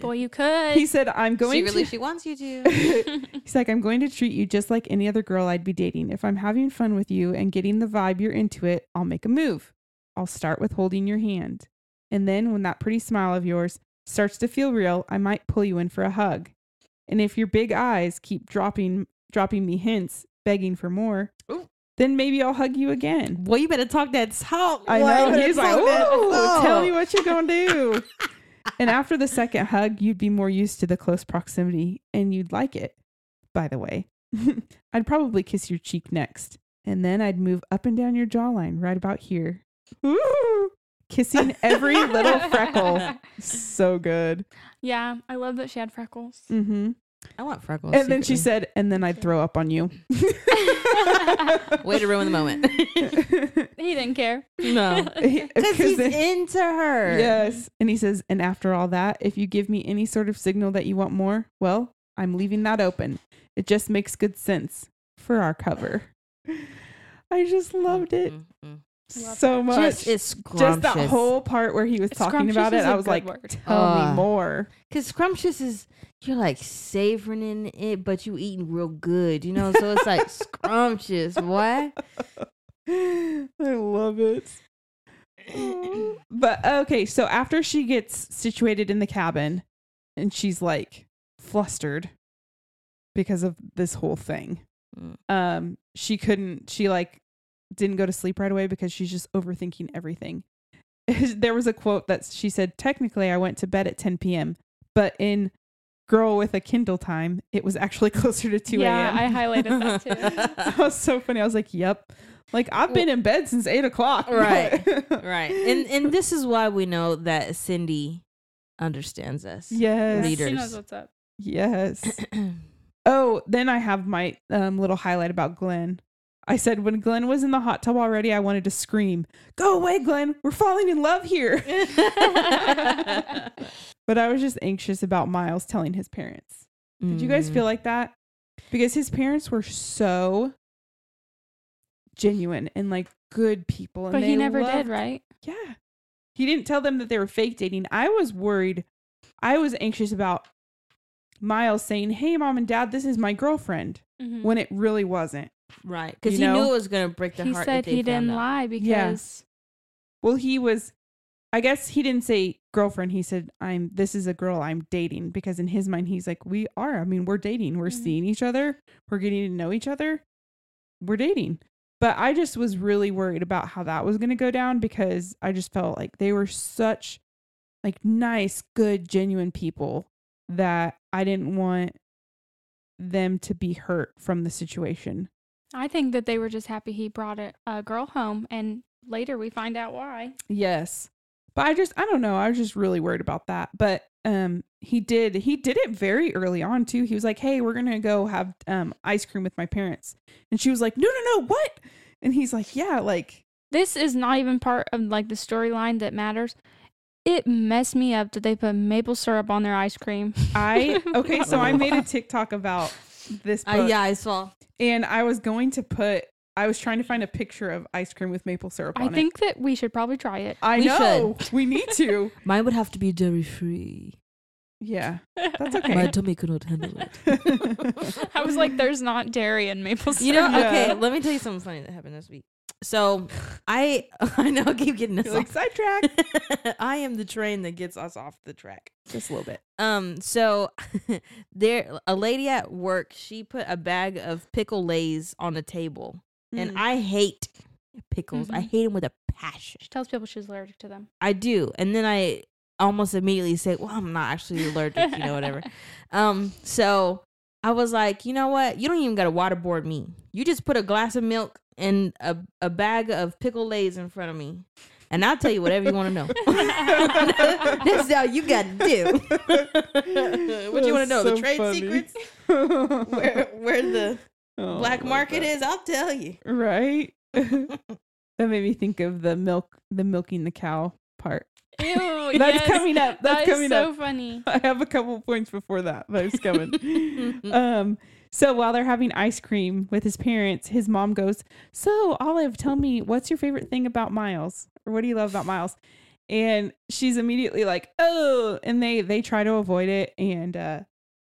Speaker 4: Boy, you could.
Speaker 3: He said, I'm going
Speaker 2: Secretly,
Speaker 3: to.
Speaker 2: she wants you to.
Speaker 3: He's like, I'm going to treat you just like any other girl I'd be dating. If I'm having fun with you and getting the vibe you're into it, I'll make a move. I'll start with holding your hand. And then when that pretty smile of yours starts to feel real, I might pull you in for a hug. And if your big eyes keep dropping dropping me hints, begging for more,
Speaker 2: Ooh.
Speaker 3: then maybe I'll hug you again.
Speaker 2: Well, you better talk that talk.
Speaker 3: I
Speaker 2: boy. You
Speaker 3: know.
Speaker 2: better
Speaker 3: He's like,
Speaker 2: talk that
Speaker 3: ooh,
Speaker 2: talk."
Speaker 3: tell me what you're going to do. and after the second hug, you'd be more used to the close proximity and you'd like it. By the way, I'd probably kiss your cheek next. And then I'd move up and down your jawline right about here. Ooh, kissing every little freckle. So good.
Speaker 4: Yeah, I love that she had freckles.
Speaker 3: Mm-hmm.
Speaker 2: I want freckles.
Speaker 3: and then she
Speaker 2: secretly.
Speaker 3: said, and then I'd throw up on you.
Speaker 2: "Way to ruin the moment."
Speaker 4: He didn't care.
Speaker 2: no, because
Speaker 3: uh, 'Cause
Speaker 2: he's
Speaker 3: then-
Speaker 2: into her.
Speaker 3: Yes. And he says, and after all that, if you give me any sort of signal that you want more, well, I'm leaving that open. It just makes good sense for our cover. I just
Speaker 4: Mm-hmm.
Speaker 3: loved it
Speaker 2: Mm, mm,
Speaker 4: Love
Speaker 3: so
Speaker 5: Just
Speaker 3: much. Just,
Speaker 5: is
Speaker 3: that
Speaker 5: scrumptious.
Speaker 3: whole part where he was talking about
Speaker 4: Scrumptious
Speaker 3: it,
Speaker 4: is
Speaker 3: I
Speaker 4: a
Speaker 3: was
Speaker 4: good
Speaker 3: like,
Speaker 4: word.
Speaker 3: tell
Speaker 2: Ugh.
Speaker 3: me more.
Speaker 2: Cause scrumptious is you're like savoring in it, but you eating real good, you know. So it's like scrumptious. What?
Speaker 3: I love it. but okay, so after she gets situated in the cabin and she's like flustered because of this whole thing.
Speaker 2: Mm.
Speaker 3: Um she couldn't she like didn't go to sleep right away because she's just overthinking everything. there was a quote that she said, "Technically I went to bed at 10 p.m., but in Girl with a Kindle time, it was actually closer to 2 a.m."
Speaker 4: yeah, I highlighted that too.
Speaker 3: that was so funny. I was like, "Yep." Like I've been in bed since eight o'clock.
Speaker 2: Right. right. And and this is why we know that Cindy understands us.
Speaker 3: yes.
Speaker 4: Yeah, She
Speaker 2: Leaders.
Speaker 4: knows what's up.
Speaker 3: Yes. Oh, then I have my um, little highlight about Glenn. I said when Glenn was in the hot tub already, I wanted to scream, "Go away, Glenn! We're falling in love here." But I was just anxious about Miles telling his parents. Did you
Speaker 2: Mm.
Speaker 3: guys feel
Speaker 4: Mm.
Speaker 3: like that? Because his parents were so genuine and like good people, and
Speaker 4: But he
Speaker 3: they
Speaker 4: never
Speaker 3: loved
Speaker 4: did, right?
Speaker 3: Yeah. He didn't tell them that they were fake dating. I was worried. I was anxious about Miles saying, Hey, mom and dad, this is my girlfriend,
Speaker 4: Mhm.
Speaker 3: when it really wasn't.
Speaker 2: Right. Because
Speaker 3: You
Speaker 2: he knew
Speaker 3: know?
Speaker 2: it was gonna break their
Speaker 4: he
Speaker 2: heart.
Speaker 4: said
Speaker 2: if they
Speaker 4: he
Speaker 2: found
Speaker 4: didn't
Speaker 2: out.
Speaker 4: lie because
Speaker 3: Yeah. Well, he was, I guess he didn't say girlfriend. He said, I'm, this is a girl I'm dating. Because in his mind, he's like, We are. I mean, we're dating. We're
Speaker 4: Mhm.
Speaker 3: seeing each other. We're getting to know each other. We're dating. But I just was really worried about how that was going to go down because I just felt like they were such like nice, good, genuine people that I didn't want them to be hurt from the situation.
Speaker 4: I think that they were just happy he brought a, a girl home, and later we find out why.
Speaker 3: Yes. But I just I don't know. I was just really worried about that. But um he did he did it very early on too. He was like, "Hey, we're going to go have um ice cream with my parents." And she was like, "No, no, no. What?" And he's like, "Yeah, like
Speaker 4: This is not even part of like the storyline that matters. It messed me up that they put maple syrup on their ice cream.
Speaker 3: I okay, so I made a TikTok about this book,
Speaker 2: Uh, yeah, I saw.
Speaker 3: and I was going to put, I was trying to find a picture of ice cream with maple syrup
Speaker 4: I
Speaker 3: on it.
Speaker 4: think that we should probably try it.
Speaker 3: I
Speaker 2: we
Speaker 3: know we need to.
Speaker 2: Mine would have to be dairy free.
Speaker 3: Yeah, that's
Speaker 2: My
Speaker 3: okay.
Speaker 2: tummy could not handle it.
Speaker 4: I was like, there's not dairy in maple syrup.
Speaker 2: You know,
Speaker 3: Yeah.
Speaker 2: okay, let me tell you something funny that happened this week. So I I know I keep getting us
Speaker 3: You're like
Speaker 2: off.
Speaker 3: sidetracked
Speaker 2: I am the train that gets us off the track.
Speaker 3: just a little bit.
Speaker 2: Um, so there a lady at work, she put a bag of pickle lays on the table.
Speaker 3: Mm.
Speaker 2: And I hate pickles. I
Speaker 3: Mm-hmm.
Speaker 4: Mhm.
Speaker 2: hate them with a passion.
Speaker 4: she tells people she's allergic to them.
Speaker 2: I do. And then I almost immediately say, Well, I'm not actually allergic, you know, whatever. Um, so I was like, you know what? You don't even gotta waterboard me. You just put a glass of milk and a, a bag of pickle lays in front of me. And I'll tell you whatever you want to know. That's how you got to do. what do you want to know? the
Speaker 3: That's so
Speaker 2: trade
Speaker 3: funny.
Speaker 2: secrets? Where,
Speaker 3: where,
Speaker 2: where the black market
Speaker 3: is,
Speaker 2: is? I'll tell you.
Speaker 3: right? that made me think of the milk, the milking the cow part.
Speaker 4: Ew,
Speaker 2: Oh,
Speaker 3: That's coming up. That's
Speaker 4: That is
Speaker 3: coming
Speaker 4: so
Speaker 3: up.
Speaker 4: funny.
Speaker 3: I have a couple points before that, but it's coming. um, so while they're having ice cream with his parents, his mom goes, So, Olive, tell me, what's your favorite thing about Miles? Or what do you love about Miles? and she's immediately like oh and they they try to avoid it and uh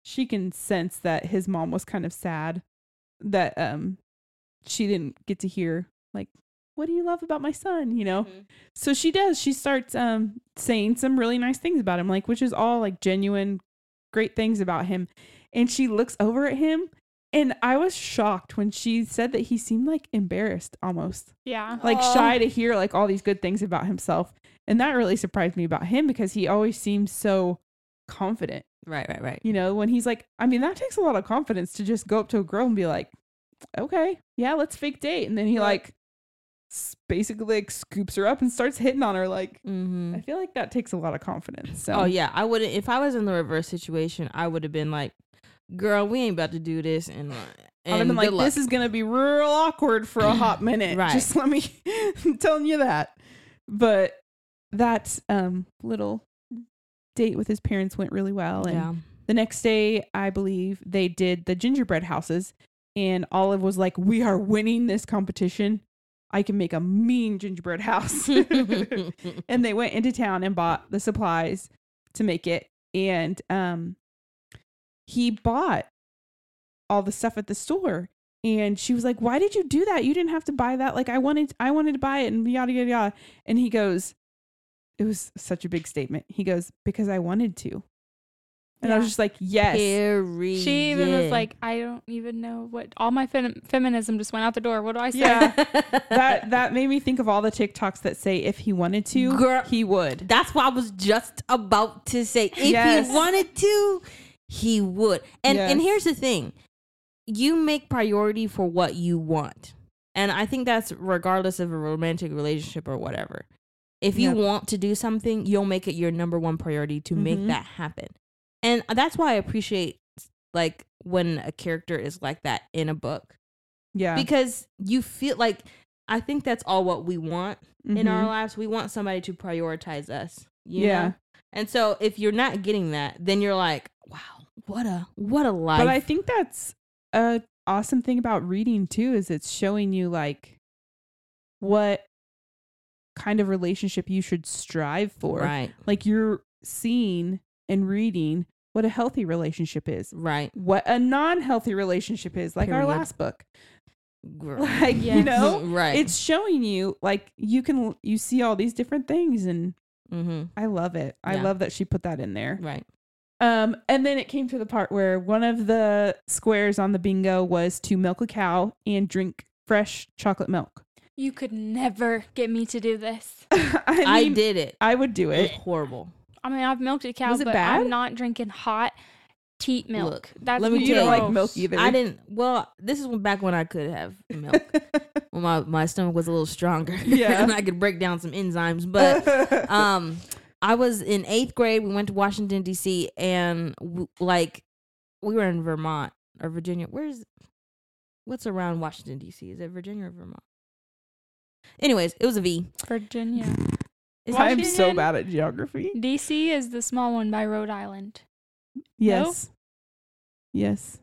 Speaker 3: she can sense that his mom was kind of sad that um she didn't get to hear like what do you love about my son you know
Speaker 6: Mhm.
Speaker 3: so she does she starts um saying some really nice things about him like which is all like genuine great things about him and she looks over at him and i was shocked when she said that he seemed like embarrassed almost
Speaker 4: Yeah.
Speaker 3: like
Speaker 6: Aw.
Speaker 3: shy to hear like all these good things about himself and that really surprised me about him because he always seems so confident
Speaker 2: Right, right, right.
Speaker 3: you know when he's like i mean that takes a lot of confidence to just go up to a girl and be like okay yeah let's fake date and then he
Speaker 6: Right.
Speaker 3: like s- basically like scoops her up and starts hitting on her like
Speaker 2: Mm-hmm.
Speaker 3: i feel like that takes a lot of confidence so
Speaker 2: Oh yeah, I would. If I was in the reverse situation, I would have been like, "Girl, we ain't about to do this," and uh,
Speaker 3: I'd have
Speaker 2: and
Speaker 3: been like,
Speaker 2: good luck.
Speaker 3: this is gonna be real awkward for a hot minute.
Speaker 2: Right.
Speaker 3: Just let me I'm telling you that. But that um little date with his parents went really well. And
Speaker 2: yeah.
Speaker 3: the next day, I believe they did the gingerbread houses, and Olive was like, We are winning this competition. I can make a mean gingerbread house. and they went into town and bought the supplies to make it and um he bought all the stuff at the store and she was like why did you do that you didn't have to buy that like i wanted i wanted to buy it and yada yada yada and he goes it was such a big statement he goes because i wanted to and i was
Speaker 4: Yeah.
Speaker 3: just like yes
Speaker 2: Period.
Speaker 4: She even was like, I don't even know what all my fem- feminism just went out the door. What do I say?
Speaker 3: yeah that that made me think of all the tiktoks that say if he wanted to
Speaker 2: Girl.
Speaker 3: he would
Speaker 2: That's what I was just about to say. If
Speaker 3: Yes.
Speaker 2: he wanted to, he would. And and here's
Speaker 3: Yes.
Speaker 2: the thing. You make priority for what you want. And I think that's regardless of a romantic relationship or whatever. If you
Speaker 3: Yep.
Speaker 2: want to do something, you'll make it your number one priority to make
Speaker 3: Mhm.
Speaker 2: that happen. And that's why I appreciate like when a character is like that in a book
Speaker 3: yeah
Speaker 2: because you feel like I think that's all what we want in our
Speaker 3: Mhm.
Speaker 2: lives we want somebody to prioritize us
Speaker 3: Yeah.
Speaker 2: yeah and so if you're not getting that then you're like wow what a what a life
Speaker 3: But I think that's a awesome thing about reading too is it's showing you like what kind of relationship you should strive for.
Speaker 2: right
Speaker 3: Like you're seeing and reading what a healthy relationship is.
Speaker 2: right
Speaker 3: What a non-healthy relationship is, like our
Speaker 2: Period.
Speaker 3: last book.
Speaker 2: Girl.
Speaker 3: Like, you
Speaker 4: Yes.
Speaker 3: know,
Speaker 2: right
Speaker 3: it's showing you like you can you see all these different things and
Speaker 2: hmm
Speaker 3: I love it. I
Speaker 2: Yeah.
Speaker 3: love that she put that in there.
Speaker 2: right
Speaker 3: Um, and then it came to the part where one of the squares on the bingo was to milk a cow and drink fresh chocolate milk.
Speaker 4: You could never get me to do this.
Speaker 3: I,
Speaker 2: i
Speaker 3: mean,
Speaker 2: did it
Speaker 3: I would do
Speaker 2: it was
Speaker 3: it.
Speaker 2: horrible
Speaker 4: I mean, I've milked a cow,
Speaker 3: Was it
Speaker 4: but
Speaker 3: bad?
Speaker 4: I'm not drinking hot teat milk.
Speaker 2: Look,
Speaker 4: That's
Speaker 2: let me
Speaker 3: you don't
Speaker 2: tell
Speaker 3: like milk either.
Speaker 2: i didn't well this is back when i could have milk when my, my stomach was a little stronger
Speaker 3: Yeah.
Speaker 2: and i could break down some enzymes but um i was in eighth grade we went to washington d.c and w- like we were in vermont or virginia where's what's around washington d.c is it virginia or vermont anyways it was a v
Speaker 4: Virginia.
Speaker 2: Is
Speaker 3: I'm so
Speaker 4: Washington?
Speaker 3: bad at geography.
Speaker 4: DC is the small one by Rhode Island.
Speaker 3: Yes. Yes.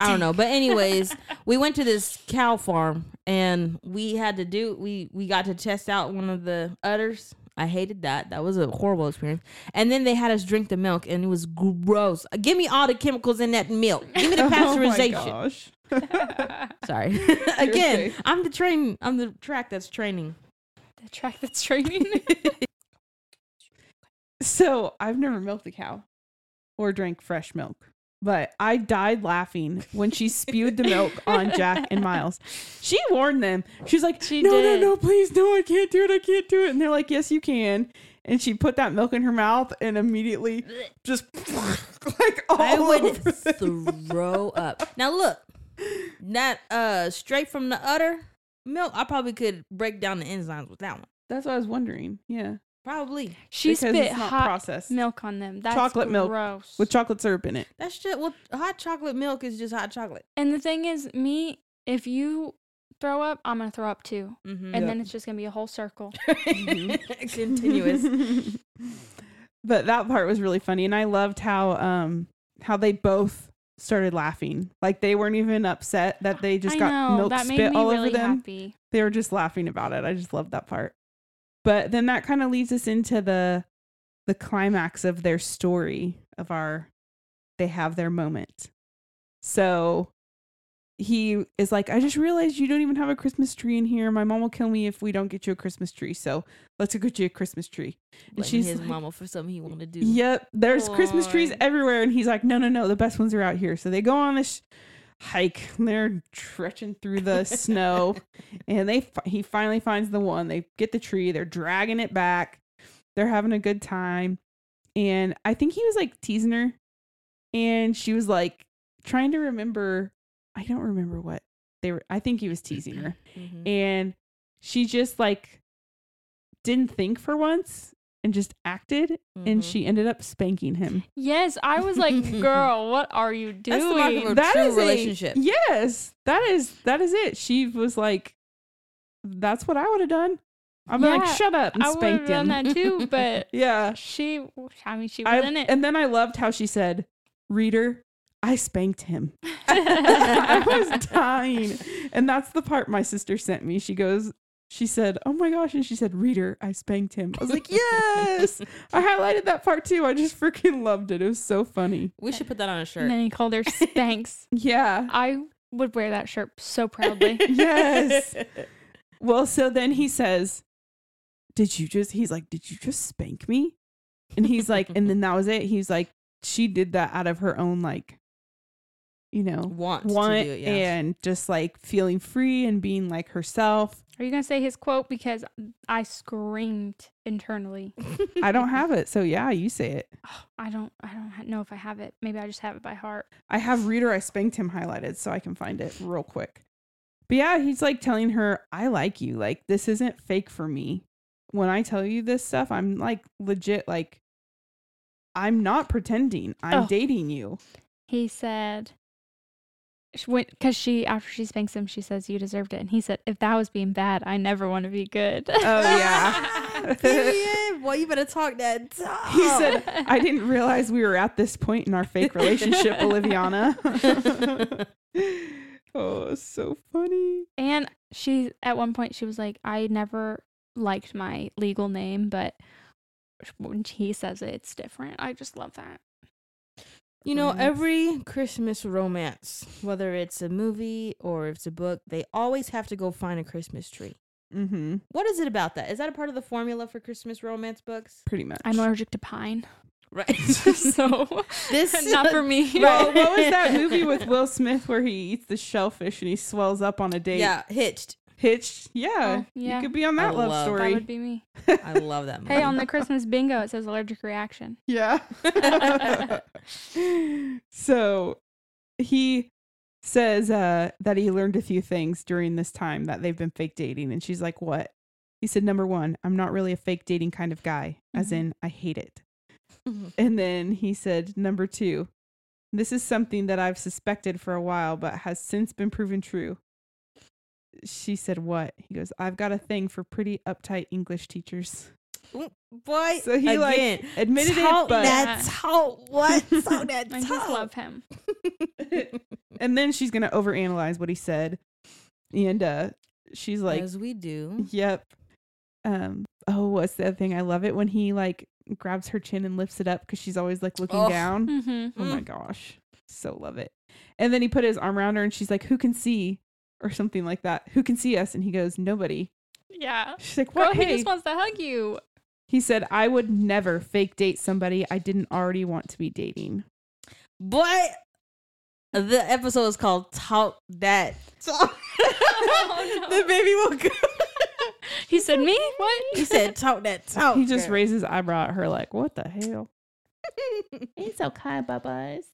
Speaker 2: i don't know but anyways we went to this cow farm and we had to do we we got to test out one of the udders i hated that that was a horrible experience and then they had us drink the milk and it was gross give me all the chemicals in that milk give me the pasteurization
Speaker 3: Oh my gosh.
Speaker 4: the
Speaker 2: Sorry. Again,
Speaker 3: safe.
Speaker 2: I'm the train. I'm the track that's training.
Speaker 4: track that's training.
Speaker 3: So I've never milked a cow or drank fresh milk, but I died laughing when she spewed the milk on Jack and Miles. She warned them. She's like,
Speaker 4: She
Speaker 3: no,
Speaker 4: did.
Speaker 3: no, no, please, no, I can't do it. I can't do it. And they're like, yes, you can. And she put that milk in her mouth and immediately just like all
Speaker 2: I would
Speaker 3: over them.
Speaker 2: throw up. Now look, not uh straight from the udder milk. I probably could break down the enzymes with that one.
Speaker 3: That's what I was wondering. Yeah.
Speaker 2: Probably.
Speaker 4: She
Speaker 3: Because
Speaker 4: spit
Speaker 3: it's not
Speaker 4: hot
Speaker 3: processed.
Speaker 4: milk on them. That's
Speaker 3: Chocolate milk
Speaker 4: gross.
Speaker 3: With chocolate syrup in it.
Speaker 2: That's just well, hot chocolate milk is just hot chocolate.
Speaker 4: and the thing is, me, if you throw up, I'm gonna throw up too,
Speaker 2: Mm-hmm.
Speaker 4: and
Speaker 3: Yeah.
Speaker 4: then it's just gonna be a whole circle.
Speaker 3: mm-hmm.
Speaker 2: Continuous.
Speaker 3: but that part was really funny, and I loved how um how they both started laughing. Like they weren't even upset that they just
Speaker 4: I
Speaker 3: got
Speaker 4: know
Speaker 3: milk
Speaker 4: that made
Speaker 3: spit
Speaker 4: me
Speaker 3: all
Speaker 4: really
Speaker 3: over them.
Speaker 4: happy.
Speaker 3: They were just laughing about it. I just loved that part. But then that kind of leads us into the the climax of their story of our they have their moment. So he is like, I just realized you don't even have a Christmas tree in here. My mom will kill me if we don't get you a Christmas tree. So let's go get you a Christmas tree.
Speaker 7: Blaming
Speaker 3: she's
Speaker 7: his
Speaker 3: like-
Speaker 7: mama for something he wanted to do.
Speaker 3: Yep, there's Christmas trees
Speaker 7: Lord.
Speaker 3: everywhere, and he's like, no, no, no, the best ones are out here. So they go on this hike. And they're trekking through the snow, and they fi- he finally finds the one. They get the tree. They're dragging it back. They're having a good time, and I think he was like teasing her, and she was like trying to remember. I don't remember what they were. I think he was teasing her
Speaker 2: Mm-hmm.
Speaker 7: Mhm.
Speaker 3: and she just like didn't think for once and just acted and
Speaker 2: Mm-hmm.
Speaker 4: Mm-hmm.
Speaker 7: Mhm.
Speaker 3: she ended up spanking him
Speaker 4: Yes, I was like, girl, what are you doing?
Speaker 7: That's the mark of a
Speaker 3: That
Speaker 7: true
Speaker 3: is a-
Speaker 7: relationship.
Speaker 3: yes that is that is it she was like that's what i would have done i'm like
Speaker 4: Yeah,
Speaker 3: shut up and
Speaker 4: I would
Speaker 3: spanked
Speaker 4: have
Speaker 3: him
Speaker 4: done that too, but
Speaker 3: yeah
Speaker 4: she, I mean, she was
Speaker 3: I,
Speaker 4: in it.
Speaker 3: and then i loved how she said reader i spanked him I was dying. And that's the part my sister sent me. She goes, she said, Oh my gosh. And she said, Reader, I spanked him. I was like, Yes. I highlighted that part too. I just freaking loved it. It was so funny.
Speaker 7: We should put that on a
Speaker 4: and
Speaker 7: shirt.
Speaker 4: then he called her Spanx.
Speaker 3: Yeah.
Speaker 4: I would wear that shirt so proudly.
Speaker 3: Yes. Well, so then he says, Did you just, he's like, Did you just spank me? And he's like, And then that was it. He's like, She did that out of her own, like, you know,
Speaker 7: Want, to
Speaker 3: want
Speaker 7: do it, yeah.
Speaker 3: and just like feeling free and being like herself.
Speaker 4: Are you going to say his quote? Because I screamed internally.
Speaker 3: I don't have it. So yeah, you say it.
Speaker 4: Oh, I don't, I don't ha- know if I have it. Maybe I just have it by heart.
Speaker 3: I have reader I spanked him highlighted so I can find it real quick. But yeah, he's like telling her, I like you. Like this isn't fake for me. When I tell you this stuff, I'm like legit like I'm not pretending. I'm
Speaker 4: Oh.
Speaker 3: dating you.
Speaker 4: He said, because she, after she spanks him, she says, You deserved it. And he said, If that was being bad, I never want to be good.
Speaker 3: Oh yeah.
Speaker 7: Period. Well, you better talk that talk.
Speaker 3: he said, I didn't realize we were at this point in our fake relationship, Oliviana. oh, so funny.
Speaker 4: And she, at one point, she was like, I never liked my legal name, but when he says it, it's different. I just love that.
Speaker 7: You know,
Speaker 3: Right.
Speaker 7: every Christmas romance, whether it's a movie or if it's a book, they always have to go find a Christmas tree.
Speaker 3: Mm-hmm.
Speaker 7: What is it about that? Is that a part of the formula for Christmas romance books?
Speaker 3: Pretty much.
Speaker 4: I'm allergic to pine.
Speaker 7: Right.
Speaker 4: so,
Speaker 7: This-
Speaker 4: not for me.
Speaker 3: Well, what was that movie with Will Smith where he eats the shellfish and he swells up on a date?
Speaker 7: yeah, Hitched.
Speaker 3: Hitched. Yeah.
Speaker 4: Oh, yeah.
Speaker 3: You could be on that
Speaker 7: I
Speaker 3: love,
Speaker 7: love-
Speaker 4: That
Speaker 3: story.
Speaker 4: would be me.
Speaker 7: I love that movie.
Speaker 4: Hey, on the Christmas bingo, it says allergic reaction.
Speaker 3: yeah. so he says uh, that he learned a few things during this time that they've been fake dating. And she's like, What? He said, Number one, I'm not really a fake dating kind of guy, as
Speaker 4: Mhm.
Speaker 3: in, I hate it. And then he said, Number two, this is something that I've suspected for a while, but has since been proven true. She said, What? He goes, I've got a thing for pretty uptight English teachers.
Speaker 7: boy.
Speaker 3: So he, like,
Speaker 7: again,
Speaker 3: Admitted
Speaker 7: talk
Speaker 3: it, but.
Speaker 7: that talk. What? Talk that
Speaker 4: I just
Speaker 7: talk.
Speaker 4: love him.
Speaker 3: and then she's going to overanalyze what he said. And uh, she's like,
Speaker 7: As we do.
Speaker 3: Yep. Um, oh, what's the other thing? I love it when he like grabs her chin and lifts it up because she's always like looking
Speaker 7: Oh.
Speaker 3: down.
Speaker 4: Mm-hmm.
Speaker 3: Oh my gosh. So love it. And then he put his arm around her and she's like, Who can see? Or something like that. Who can see us? And he goes, Nobody.
Speaker 4: Yeah.
Speaker 3: She's like,
Speaker 4: Well,
Speaker 3: What?
Speaker 4: he
Speaker 3: hey.
Speaker 4: just wants to hug you.
Speaker 3: he said, I would never fake date somebody I didn't already want to be dating.
Speaker 7: Boy, the episode is called Talk That Talk.
Speaker 4: Oh, no.
Speaker 7: The baby will go.
Speaker 4: He said, "Me? What?"
Speaker 7: He said, Talk That
Speaker 4: Oh,
Speaker 7: Talk.
Speaker 3: he just
Speaker 7: girl."
Speaker 3: raised his eyebrow at her, like, What the hell? it's okay, Bubba's.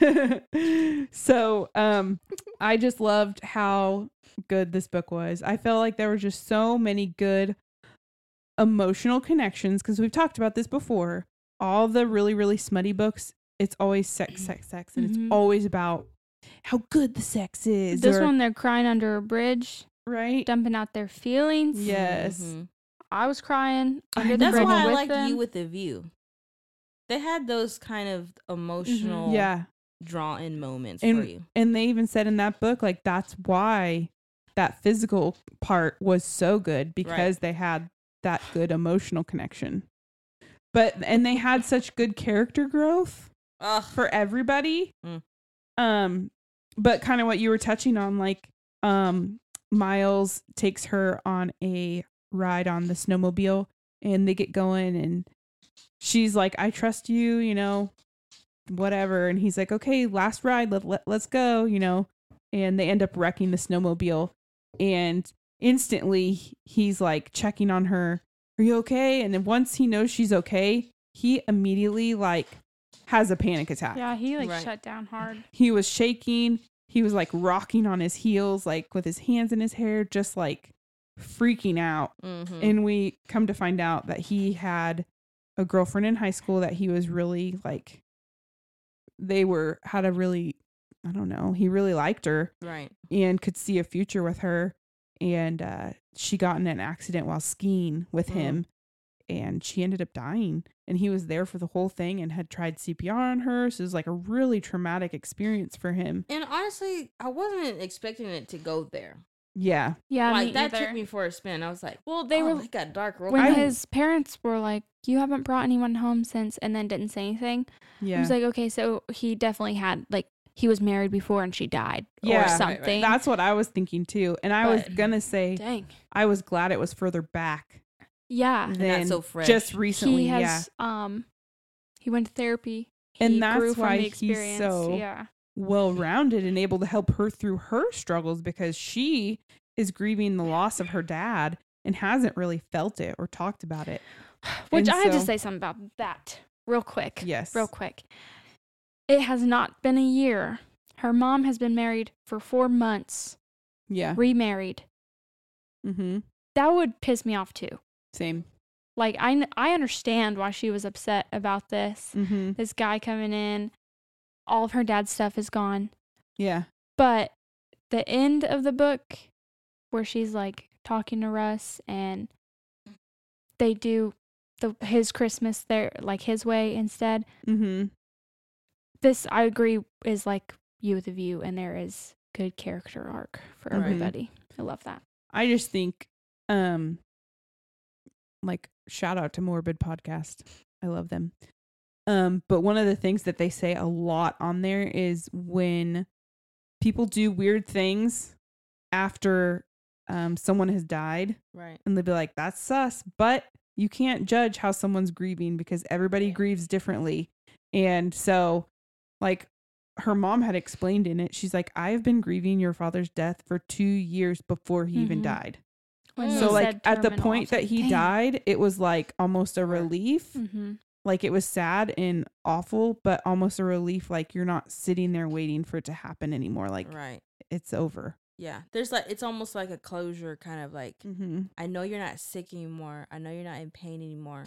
Speaker 3: so um I just loved how good this book was. I felt like there were just so many good emotional connections because we've talked about this before. All the really, really smutty books, it's always sex, sex, sex, and
Speaker 4: Mhm.
Speaker 3: it's always about how good the sex is.
Speaker 4: this
Speaker 3: or-
Speaker 4: one, they're crying under a bridge,
Speaker 3: right?
Speaker 4: dumping out their feelings.
Speaker 3: Yeah. Yes.
Speaker 7: Mhm.
Speaker 4: I was crying
Speaker 3: I
Speaker 4: under the
Speaker 7: That's
Speaker 4: bridge
Speaker 7: why I
Speaker 4: with
Speaker 7: like
Speaker 4: them.
Speaker 7: you with the view. They had those kind of emotional,
Speaker 4: Mm-hmm.
Speaker 3: Yeah.
Speaker 7: draw in moments for you.
Speaker 3: And they even said in that book, like, that's why that physical part was so good because they had that good emotional connection. But and they had such good character growth
Speaker 7: Ugh.
Speaker 3: for everybody.
Speaker 7: Mm.
Speaker 3: Um, but kind of what you were touching on, like um, Miles takes her on a ride on the snowmobile, and they get going, and she's like, "I trust you," you know, whatever. And he's like, "Okay, last ride, let, let let's go," you know, and they end up wrecking the snowmobile, and instantly he's like checking on her. Are you okay? And then once he knows she's okay, he immediately like has a panic attack
Speaker 4: Yeah, he like
Speaker 7: Right.
Speaker 4: shut down hard.
Speaker 3: he was shaking he was like rocking on his heels like with his hands in his hair just like freaking out
Speaker 4: Mm-hmm.
Speaker 7: Mhm.
Speaker 2: Mm.
Speaker 3: and we come to find out that he had a girlfriend in high school that he was really like they were had a really i don't know he really liked her
Speaker 7: Right.
Speaker 3: and could see a future with her and uh, she got in an accident while skiing with
Speaker 7: Mm.
Speaker 3: him and she ended up dying and he was there for the whole thing and had tried cpr on her so it was like a really traumatic experience for him
Speaker 7: And honestly, I wasn't expecting it to go there.
Speaker 3: yeah
Speaker 4: Yeah,
Speaker 7: like
Speaker 4: me
Speaker 7: that
Speaker 4: either.
Speaker 7: took me for a spin. I was like,
Speaker 4: Well, they
Speaker 7: oh,
Speaker 4: were
Speaker 7: it got dark real
Speaker 4: when
Speaker 7: quick.
Speaker 4: his parents were like, "You haven't brought anyone home since," and then didn't say anything. I
Speaker 3: yeah
Speaker 4: was like, "Okay, so he definitely had like he was married before and she died
Speaker 3: Yeah. Right,
Speaker 4: or
Speaker 3: right,
Speaker 4: something."
Speaker 3: that's what i was thinking too and i was
Speaker 4: But-
Speaker 3: gonna say
Speaker 4: Dang.
Speaker 3: i was glad it was further back
Speaker 4: Yeah.
Speaker 7: not
Speaker 3: than
Speaker 7: so fresh.
Speaker 3: just recently
Speaker 4: he has
Speaker 3: yeah
Speaker 4: um he went to therapy.
Speaker 3: And
Speaker 4: He
Speaker 3: that's
Speaker 4: grew from
Speaker 3: why
Speaker 4: the
Speaker 3: he's
Speaker 4: experience.
Speaker 3: so-
Speaker 4: yeah.
Speaker 3: well rounded and able to help her through her struggles because she is grieving the loss of her dad and hasn't really felt it or talked about it.
Speaker 4: Which
Speaker 3: And
Speaker 4: I have to
Speaker 3: so-
Speaker 4: say something about that real quick.
Speaker 3: Yes.
Speaker 4: Real quick. It has not been a year. Her mom has been married for 4 months,
Speaker 3: Yeah.
Speaker 4: remarried.
Speaker 3: Mm-hmm.
Speaker 4: That would piss me off too.
Speaker 3: Same.
Speaker 4: Like I kn- I understand why she was upset about this.
Speaker 3: Mm-hmm.
Speaker 4: This guy coming in, all of her dad's stuff is gone.
Speaker 3: Yeah.
Speaker 4: But the end of the book, where she's like talking to Russ and they do the his Christmas there like his way instead.
Speaker 3: Mm-hmm.
Speaker 4: This I agree is like you with a view, and there is good character arc for
Speaker 3: Mhm.
Speaker 4: everybody. I love that.
Speaker 3: I just think, um, like shout out to Morbid Podcast. I love them. Um, but one of the things that they say a lot on there is when people do weird things after um someone has died,
Speaker 7: right.
Speaker 3: and they'll be like, "That's sus," but you can't judge how someone's grieving because everybody grieves differently. And so, like, her mom had explained in it, she's like, "I have been grieving your father's death for two years before he even
Speaker 4: Mhm.
Speaker 3: died."
Speaker 4: When
Speaker 7: Mm.
Speaker 4: they
Speaker 3: So, like,
Speaker 4: said
Speaker 3: at the
Speaker 4: terminal, I
Speaker 3: point
Speaker 4: was
Speaker 3: that
Speaker 4: like,
Speaker 3: he
Speaker 4: "Dang."
Speaker 3: died, it was like almost a relief.
Speaker 4: Mhm.
Speaker 3: Like, it was sad and awful, but almost a relief. Like, you're not sitting there waiting for it to happen anymore. Like,
Speaker 7: right.
Speaker 3: it's over.
Speaker 7: Yeah. There's like it's almost like a closure kind of like
Speaker 3: Mm-hmm.
Speaker 7: I know you're not sick anymore. I know you're not in pain anymore.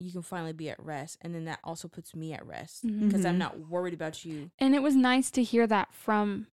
Speaker 7: You can finally be at rest. And then that also puts me at rest
Speaker 4: Mhm.
Speaker 7: because
Speaker 3: Mhm.
Speaker 7: I'm not worried about you.
Speaker 4: and it was nice to hear that from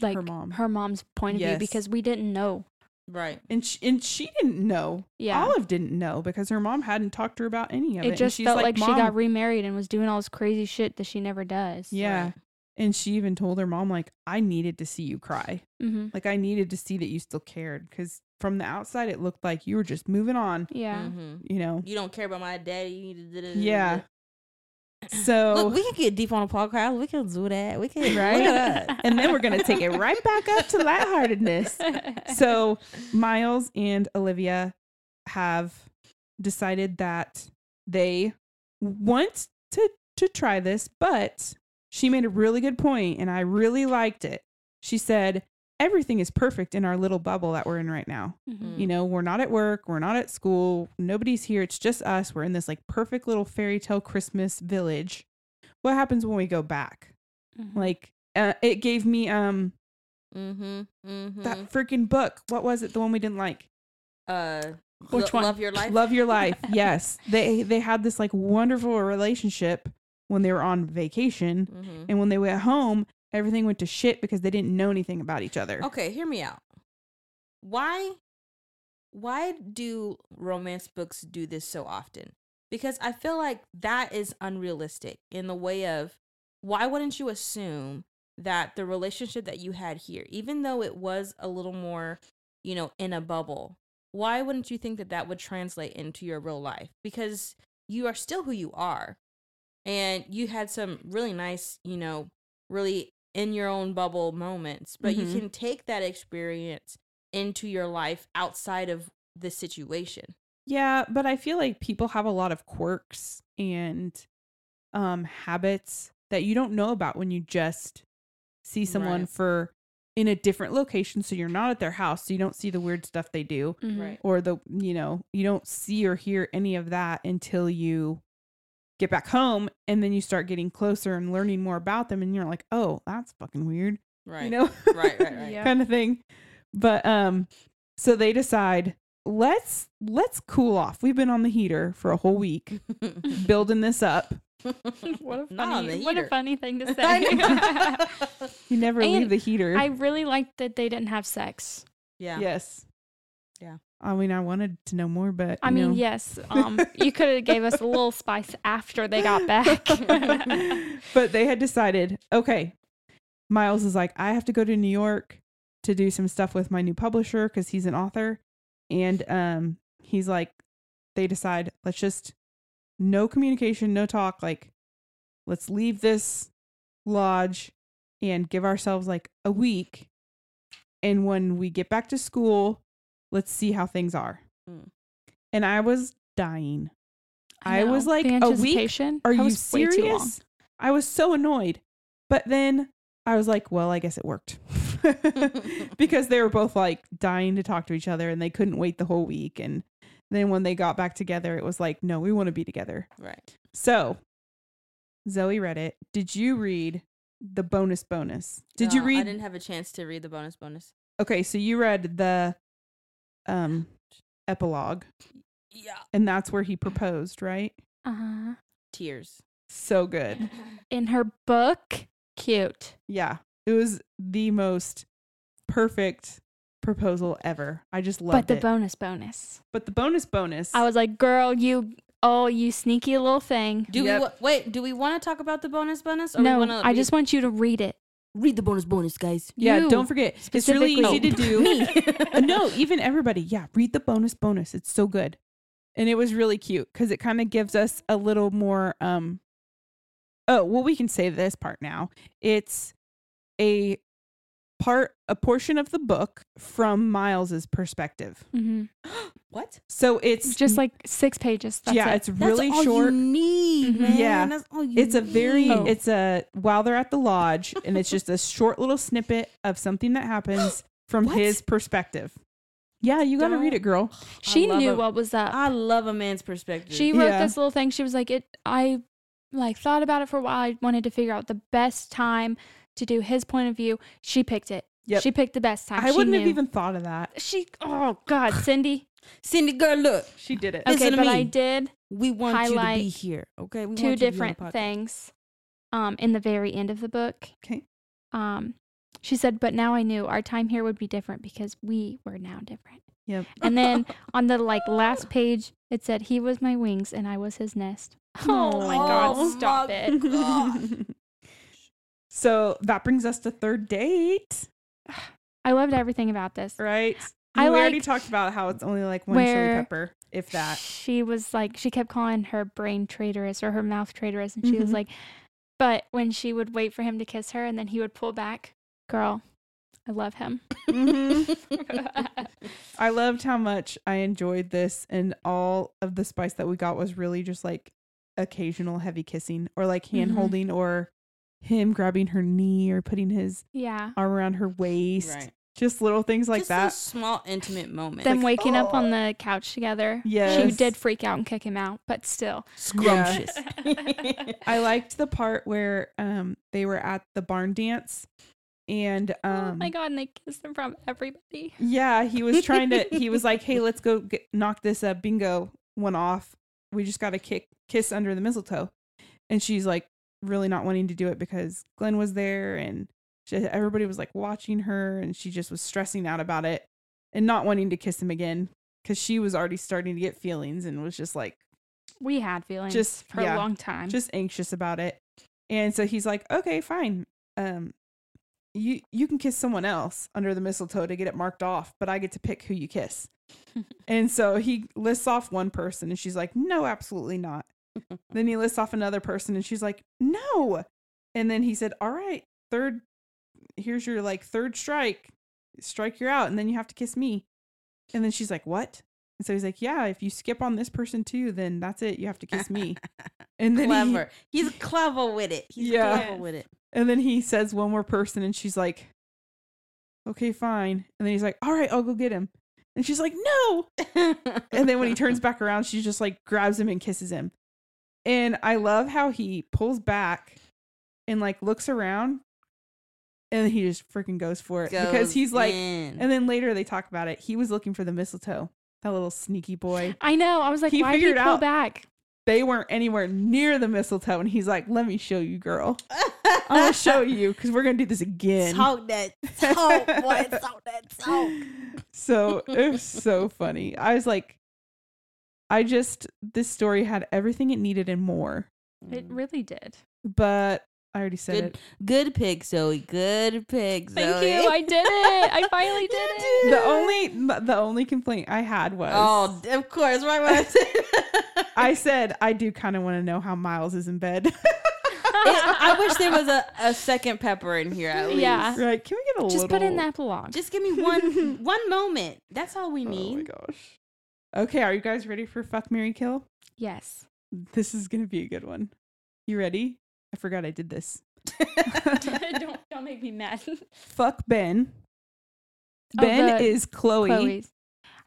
Speaker 4: like her,
Speaker 3: mom.
Speaker 4: mom's point of
Speaker 3: Yes.
Speaker 4: view because we didn't know.
Speaker 7: Right.
Speaker 3: And she, and she didn't know
Speaker 4: Yeah.
Speaker 3: Olive didn't know because her mom hadn't talked to her about any of it.
Speaker 4: it
Speaker 3: And
Speaker 4: just
Speaker 3: she's
Speaker 4: felt like, she
Speaker 3: "Mom-"
Speaker 4: got remarried and was doing all this crazy shit that she never does.
Speaker 3: yeah.
Speaker 7: Right.
Speaker 3: And she even told her mom, like, I needed to see you cry.
Speaker 4: Mm-hmm.
Speaker 3: Like, I needed to see that you still cared. Cause from the outside, it looked like you were just moving on,
Speaker 4: Yeah.
Speaker 7: hmm
Speaker 3: you know?
Speaker 7: You don't care about my daddy. You need to da- da- da- da-
Speaker 3: Yeah.
Speaker 7: da.
Speaker 3: So,
Speaker 7: Look, we can get deep on a podcast. We can do that. We can
Speaker 3: Right?
Speaker 7: look at that.
Speaker 3: and then we're going to take it right back up to lightheartedness.
Speaker 4: Mm-hmm.
Speaker 3: So, Miles and Olivia have decided that they want to to try this, but she made a really good point and I really liked it. She said, "Everything is perfect in our little bubble that we're in right now.
Speaker 4: Mhm.
Speaker 3: You know, we're not at work, we're not at school, nobody's here, it's just us. We're in this like perfect little fairy tale Christmas village. What happens when we go back?"
Speaker 4: Mhm.
Speaker 3: Like uh, it gave me um
Speaker 7: Mm-hmm. Mm-hmm.
Speaker 3: that freaking book. What was it? The one we didn't like?
Speaker 7: uh,
Speaker 4: Which
Speaker 7: lo-
Speaker 4: one?
Speaker 7: Love your life.
Speaker 3: Love your life. Yes. They they had this like wonderful relationship when they were on vacation
Speaker 7: mm-hmm.
Speaker 3: and when they went home, everything went to shit because they didn't know anything about each other.
Speaker 7: Okay, hear me out. Why why do romance books do this so often? Because I feel like that is unrealistic in the way of why wouldn't you assume that the relationship that you had here, even though it was a little more, you know, in a bubble,
Speaker 2: why wouldn't you think that that would translate into your real life? Because you are still who you are. And you had some really nice, you know, really in your own bubble moments, but
Speaker 3: Mhm.
Speaker 2: you can take that experience into your life outside of the situation.
Speaker 3: Yeah, but I feel like people have a lot of quirks and um habits that you don't know about when you just see someone
Speaker 2: Right.
Speaker 3: for in a different location so you're not at their house so you don't see the weird stuff they do
Speaker 4: Mhm.
Speaker 3: or the you know you don't see or hear any of that until you get back home and then you start getting closer and learning more about them and you're like oh that's fucking weird
Speaker 2: Right.
Speaker 3: you know
Speaker 2: right, right, right.
Speaker 4: Yeah.
Speaker 3: kind of thing. But um so they decide let's let's cool off. We've been on the heater for a whole week building this up.
Speaker 4: Mm-hmm. What a
Speaker 2: Not on
Speaker 4: funny,
Speaker 2: the
Speaker 4: what a
Speaker 2: heater.
Speaker 4: funny thing to
Speaker 2: I
Speaker 4: say.
Speaker 2: know.
Speaker 3: You never leave
Speaker 4: And
Speaker 3: the heater.
Speaker 4: I really liked that they didn't have sex.
Speaker 2: yeah.
Speaker 3: Yes.
Speaker 2: Yeah.
Speaker 3: I mean, I wanted to know more, but
Speaker 4: I
Speaker 3: you
Speaker 4: mean,
Speaker 3: know.
Speaker 4: yes, um, you could have gave us a little spice after they got back.
Speaker 3: but they had decided, okay, Miles is like, I have to go to New York to do some stuff with my new publisher because he's an author. And um, he's like, they decide, let's just no communication, no talk. Like, let's leave this lodge and give ourselves like a week. And when we get back to school, let's see how things are.
Speaker 2: Mm.
Speaker 3: And I was dying. I was
Speaker 4: know.
Speaker 3: like,
Speaker 4: The
Speaker 3: a week?
Speaker 4: anticipation,
Speaker 3: Are
Speaker 4: that
Speaker 3: you
Speaker 4: was way too
Speaker 3: serious?
Speaker 4: long.
Speaker 3: I was so annoyed. But then I was like, well, I guess it worked. because they were both like dying to talk to each other and they couldn't wait the whole week. And then when they got back together, it was like, no, we want to be together.
Speaker 2: Right.
Speaker 3: So Zoe read it. Did you read the bonus bonus? Did you
Speaker 2: No, I
Speaker 3: read?
Speaker 2: didn't have a chance to read the bonus bonus.
Speaker 3: Okay, so you read the um epilogue
Speaker 2: Yeah.
Speaker 3: and that's where he proposed, right?
Speaker 4: Uh-huh.
Speaker 2: Tears.
Speaker 3: So good.
Speaker 4: In her book, cute.
Speaker 3: Yeah. It was the most perfect proposal ever. I just loved
Speaker 4: but the
Speaker 3: it.
Speaker 4: bonus, bonus.
Speaker 3: but the bonus bonus.
Speaker 4: I was like, girl, you, oh, you sneaky little thing.
Speaker 2: Do
Speaker 3: Yep.
Speaker 2: we wa- wait? Do we want to talk about the bonus bonus?
Speaker 4: no,
Speaker 2: we wanna
Speaker 4: I just want you to read it.
Speaker 7: Read the bonus bonus, guys.
Speaker 3: yeah,
Speaker 4: You
Speaker 3: don't forget. It's really easy
Speaker 4: specifically.
Speaker 3: to do. Uh, no, even everybody. Yeah, read the bonus bonus. It's so good. And it was really cute because it kind of gives us a little more um oh, well we can say this part now. It's a part a portion of the book from Miles's perspective.
Speaker 4: Mhm.
Speaker 2: what?
Speaker 3: So it's
Speaker 4: It's just like six pages. That's
Speaker 3: yeah,
Speaker 4: it.
Speaker 3: it's really
Speaker 7: That's all
Speaker 3: short. Mm-hmm.
Speaker 7: You need,
Speaker 4: Mhm.
Speaker 7: man.
Speaker 3: Yeah.
Speaker 7: That's all you
Speaker 3: it's a very
Speaker 7: need.
Speaker 4: Oh.
Speaker 3: it's a while they're at the lodge and it's just a short little snippet of something that happens from
Speaker 7: What?
Speaker 3: his perspective. Yeah, you got to read
Speaker 2: Don't-
Speaker 3: it, girl.
Speaker 4: she
Speaker 2: love
Speaker 4: knew
Speaker 2: a-
Speaker 4: what was up.
Speaker 2: I love a man's perspective.
Speaker 4: she wrote
Speaker 3: Yeah.
Speaker 4: this little thing. She was like, it, I like thought about it for a while. I wanted to figure out the best time to do his point of view. She picked it.
Speaker 3: Yep.
Speaker 4: She picked the best time.
Speaker 3: I
Speaker 4: She
Speaker 3: wouldn't have
Speaker 4: knew.
Speaker 3: even thought of that.
Speaker 4: She, oh God, Cindy.
Speaker 7: Cindy girl, look,
Speaker 3: She did it.
Speaker 4: Okay,
Speaker 7: Listen to
Speaker 4: but I
Speaker 7: me.
Speaker 4: did
Speaker 7: we want you to be
Speaker 4: Highlight
Speaker 7: here. Okay, we want
Speaker 4: two
Speaker 7: you to be on the
Speaker 4: different
Speaker 7: podcast.
Speaker 4: things um, in the very end of the book.
Speaker 3: Okay.
Speaker 4: Um, she said, but now I knew our time here would be different because we were now different.
Speaker 3: Yep.
Speaker 4: And then on the like last page, it said, he was my wings and I was his nest. Oh, my
Speaker 2: Oh,
Speaker 4: God, stop
Speaker 2: my
Speaker 4: it.
Speaker 3: so that brings us to third date,
Speaker 4: I loved everything about this.
Speaker 3: right?
Speaker 4: I
Speaker 3: we already
Speaker 4: liked
Speaker 3: talked about how it's only like one chili
Speaker 4: where-
Speaker 3: pepper, if that.
Speaker 4: She was like, she kept calling her brain traitorous or her mouth traitorous. And she was
Speaker 3: Mhm.
Speaker 4: like, but when she would wait for him to kiss her and then he would pull back, girl, I love him.
Speaker 3: Mhm. I loved how much I enjoyed this, and all of the spice that we got was really just like occasional heavy kissing or like hand
Speaker 2: Mm-hmm.
Speaker 4: Mhm.
Speaker 3: holding or him grabbing her knee or putting his
Speaker 4: yeah.
Speaker 3: arm around her waist.
Speaker 2: Right.
Speaker 3: Just little things like
Speaker 2: Just
Speaker 3: that.
Speaker 2: those small intimate moments.
Speaker 4: them waking up
Speaker 7: oh,
Speaker 4: on the couch together. She
Speaker 3: Yes.
Speaker 4: did freak out and kick him out, but still.
Speaker 7: Scrumptious.
Speaker 3: I liked the part where um they were at the barn dance and um
Speaker 4: oh my god, and they kissed him from everybody.
Speaker 3: yeah, he was trying to he was like, "Hey, let's go get, knock this uh bingo one off. We just got to kick kiss under the mistletoe." And she's like really not wanting to do it because Glenn was there and she, everybody was like watching her and she just was stressing out about it and not wanting to kiss him again cuz she was already starting to get feelings and was just like
Speaker 4: We had feelings
Speaker 3: Just-
Speaker 4: for
Speaker 3: yeah.
Speaker 4: a long time.
Speaker 3: just anxious about it. And so he's like, "Okay, fine. Um you you can kiss someone else under the mistletoe to get it marked off, but I get to pick who you kiss." and so he lists off one person and she's like, no, absolutely not. then he lists off another person and she's like, no. And then he said, all right, third, here's your like third strike, strike you're out. And then you have to kiss me. And then she's like, what? And so he's like, yeah, if you skip on this person too, then that's it. You have to kiss me. And then he-
Speaker 7: clever. He's clever with it. He's
Speaker 3: Yeah.
Speaker 7: clever with it.
Speaker 3: And then he says one more person, and she's like, okay, fine. And then he's like, all right, I'll go get him. And she's like, no. And then when he turns back around, she just like grabs him and kisses him. And I love how he pulls back and like looks around and he just freaking goes for it because
Speaker 7: Goes
Speaker 3: he's like,
Speaker 7: in.
Speaker 3: and then later they talk about it. He was looking for the mistletoe, that little sneaky boy.
Speaker 4: I know. I was like,
Speaker 3: He
Speaker 4: why did he
Speaker 3: figured
Speaker 4: pull
Speaker 3: out-
Speaker 4: back?
Speaker 3: They weren't anywhere near the mistletoe. And he's like, let me show you, girl. I'm going to show you because we're going to do this again.
Speaker 7: talk that talk, boy, talk that talk.
Speaker 3: so it was so funny. I was like, I just this story had everything it needed and more.
Speaker 4: It
Speaker 3: Mm.
Speaker 4: really did.
Speaker 3: But I already said
Speaker 7: Good-
Speaker 3: it.
Speaker 7: Good pig, Zoe. Good pig, Zoe.
Speaker 4: Thank you. I did it. I finally
Speaker 7: You
Speaker 4: did it.
Speaker 7: did.
Speaker 3: The only the only complaint I had was
Speaker 7: Oh, d- of course, right when I said
Speaker 3: I said I do kind of want to know how Miles is in bed.
Speaker 7: I wish there was a, a second pepper in here at least.
Speaker 4: Yeah.
Speaker 3: right? Can we get a
Speaker 4: Uh, Just
Speaker 3: little?
Speaker 4: put in the epilogue.
Speaker 7: Just give me one one moment. That's all we
Speaker 3: Oh my
Speaker 7: need.
Speaker 3: gosh. Okay, are you guys ready for fuck Mary kill?
Speaker 4: yes.
Speaker 3: This is gonna be a good one. You ready? I forgot I did this.
Speaker 4: don't don't make me mad.
Speaker 3: Fuck Ben.
Speaker 4: Oh,
Speaker 3: Ben
Speaker 4: the-
Speaker 3: is Chloe.
Speaker 4: Chloe's.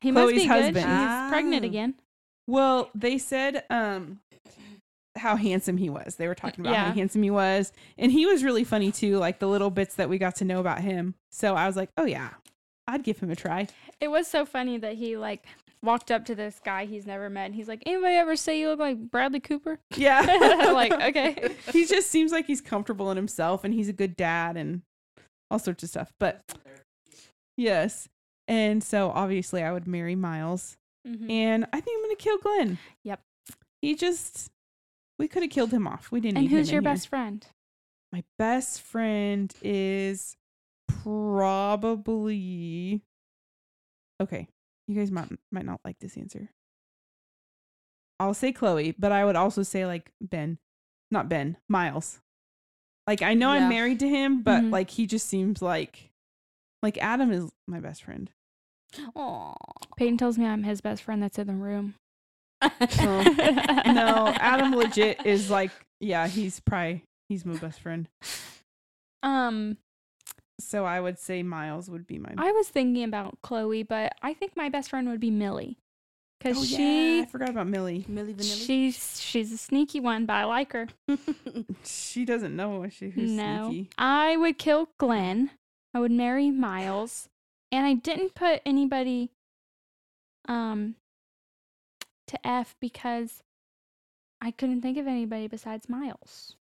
Speaker 4: He must
Speaker 3: Chloe's
Speaker 4: be
Speaker 3: husband.
Speaker 4: good. He's pregnant
Speaker 7: Ah.
Speaker 4: again.
Speaker 3: Well, they said um how handsome he was. They were talking about how
Speaker 4: Yeah.
Speaker 3: handsome he was, and he was really funny too, like the little bits that we got to know about him. So I was like, "Oh yeah, I'd give him a try."
Speaker 4: It was so funny that he like walked up to this guy he's never met and he's like, anybody ever say you look like Bradley Cooper?
Speaker 3: Yeah.
Speaker 4: like, okay.
Speaker 3: He just seems like he's comfortable in himself and he's a good dad and all sorts of stuff. But yes. And so obviously I would marry Miles.
Speaker 4: Mhm.
Speaker 3: And I think I'm going to kill Glenn.
Speaker 4: Yep.
Speaker 3: He just we could have killed him off. We didn't
Speaker 4: And
Speaker 3: need him
Speaker 4: who's
Speaker 3: in
Speaker 4: your
Speaker 3: here.
Speaker 4: best friend?
Speaker 3: My best friend is probably okay. You guys might might not like this answer. I'll say Chloe, but I would also say like Ben, not Ben, Miles. Like I know
Speaker 7: Yeah.
Speaker 3: I'm married to him, but
Speaker 4: Mhm.
Speaker 3: like he just seems like like Adam is my best friend.
Speaker 7: Aw.
Speaker 4: Peyton tells me I'm his best friend that's in the room.
Speaker 3: Well, no, Adam legit is like yeah, he's probably he's my best friend.
Speaker 4: Um,
Speaker 3: So I would say Miles would be my
Speaker 4: I was thinking about Chloe, but I think my best friend would be Millie. Because
Speaker 3: Oh,
Speaker 4: she
Speaker 3: yeah, I forgot about Millie.
Speaker 7: Millie Vanilli.
Speaker 4: she's she's a sneaky one, but I like her.
Speaker 3: She doesn't know what she who's
Speaker 4: no.
Speaker 3: sneaky.
Speaker 4: I would kill Glenn. I would marry Miles. And I didn't put anybody um to F because I couldn't think of anybody besides Miles.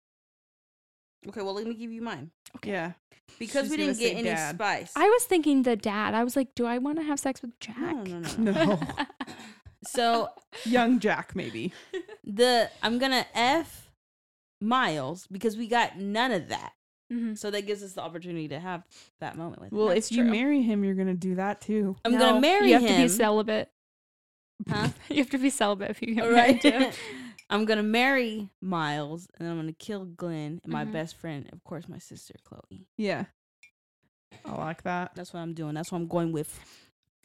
Speaker 7: Okay, well let me give you mine.
Speaker 3: Yeah.
Speaker 7: Because
Speaker 3: She's
Speaker 7: we
Speaker 3: gonna
Speaker 7: didn't get
Speaker 3: say
Speaker 7: any
Speaker 3: dad.
Speaker 7: spice.
Speaker 4: I was thinking the dad. I was like, do I want to have sex with Jack?
Speaker 7: no, no, no, no.
Speaker 3: No.
Speaker 7: So
Speaker 3: Young Jack, maybe.
Speaker 7: the I'm gonna F Miles because we got none of that.
Speaker 4: Mhm.
Speaker 7: So that gives us the opportunity to have that moment with
Speaker 3: Well,
Speaker 7: him.
Speaker 3: if you marry him, you're gonna do that too.
Speaker 7: I'm
Speaker 4: No,
Speaker 7: gonna marry
Speaker 4: You have to
Speaker 7: him.
Speaker 4: be celibate.
Speaker 7: Huh?
Speaker 4: You have to be celibate if you get
Speaker 7: All right.
Speaker 4: married to him.
Speaker 7: I'm gonna marry Miles and I'm gonna kill Glenn and my
Speaker 3: Mm-hmm.
Speaker 4: Mhm.
Speaker 7: best friend, of course, my sister Chloe.
Speaker 3: Yeah. I like that.
Speaker 7: That's what I'm doing. That's what I'm going with.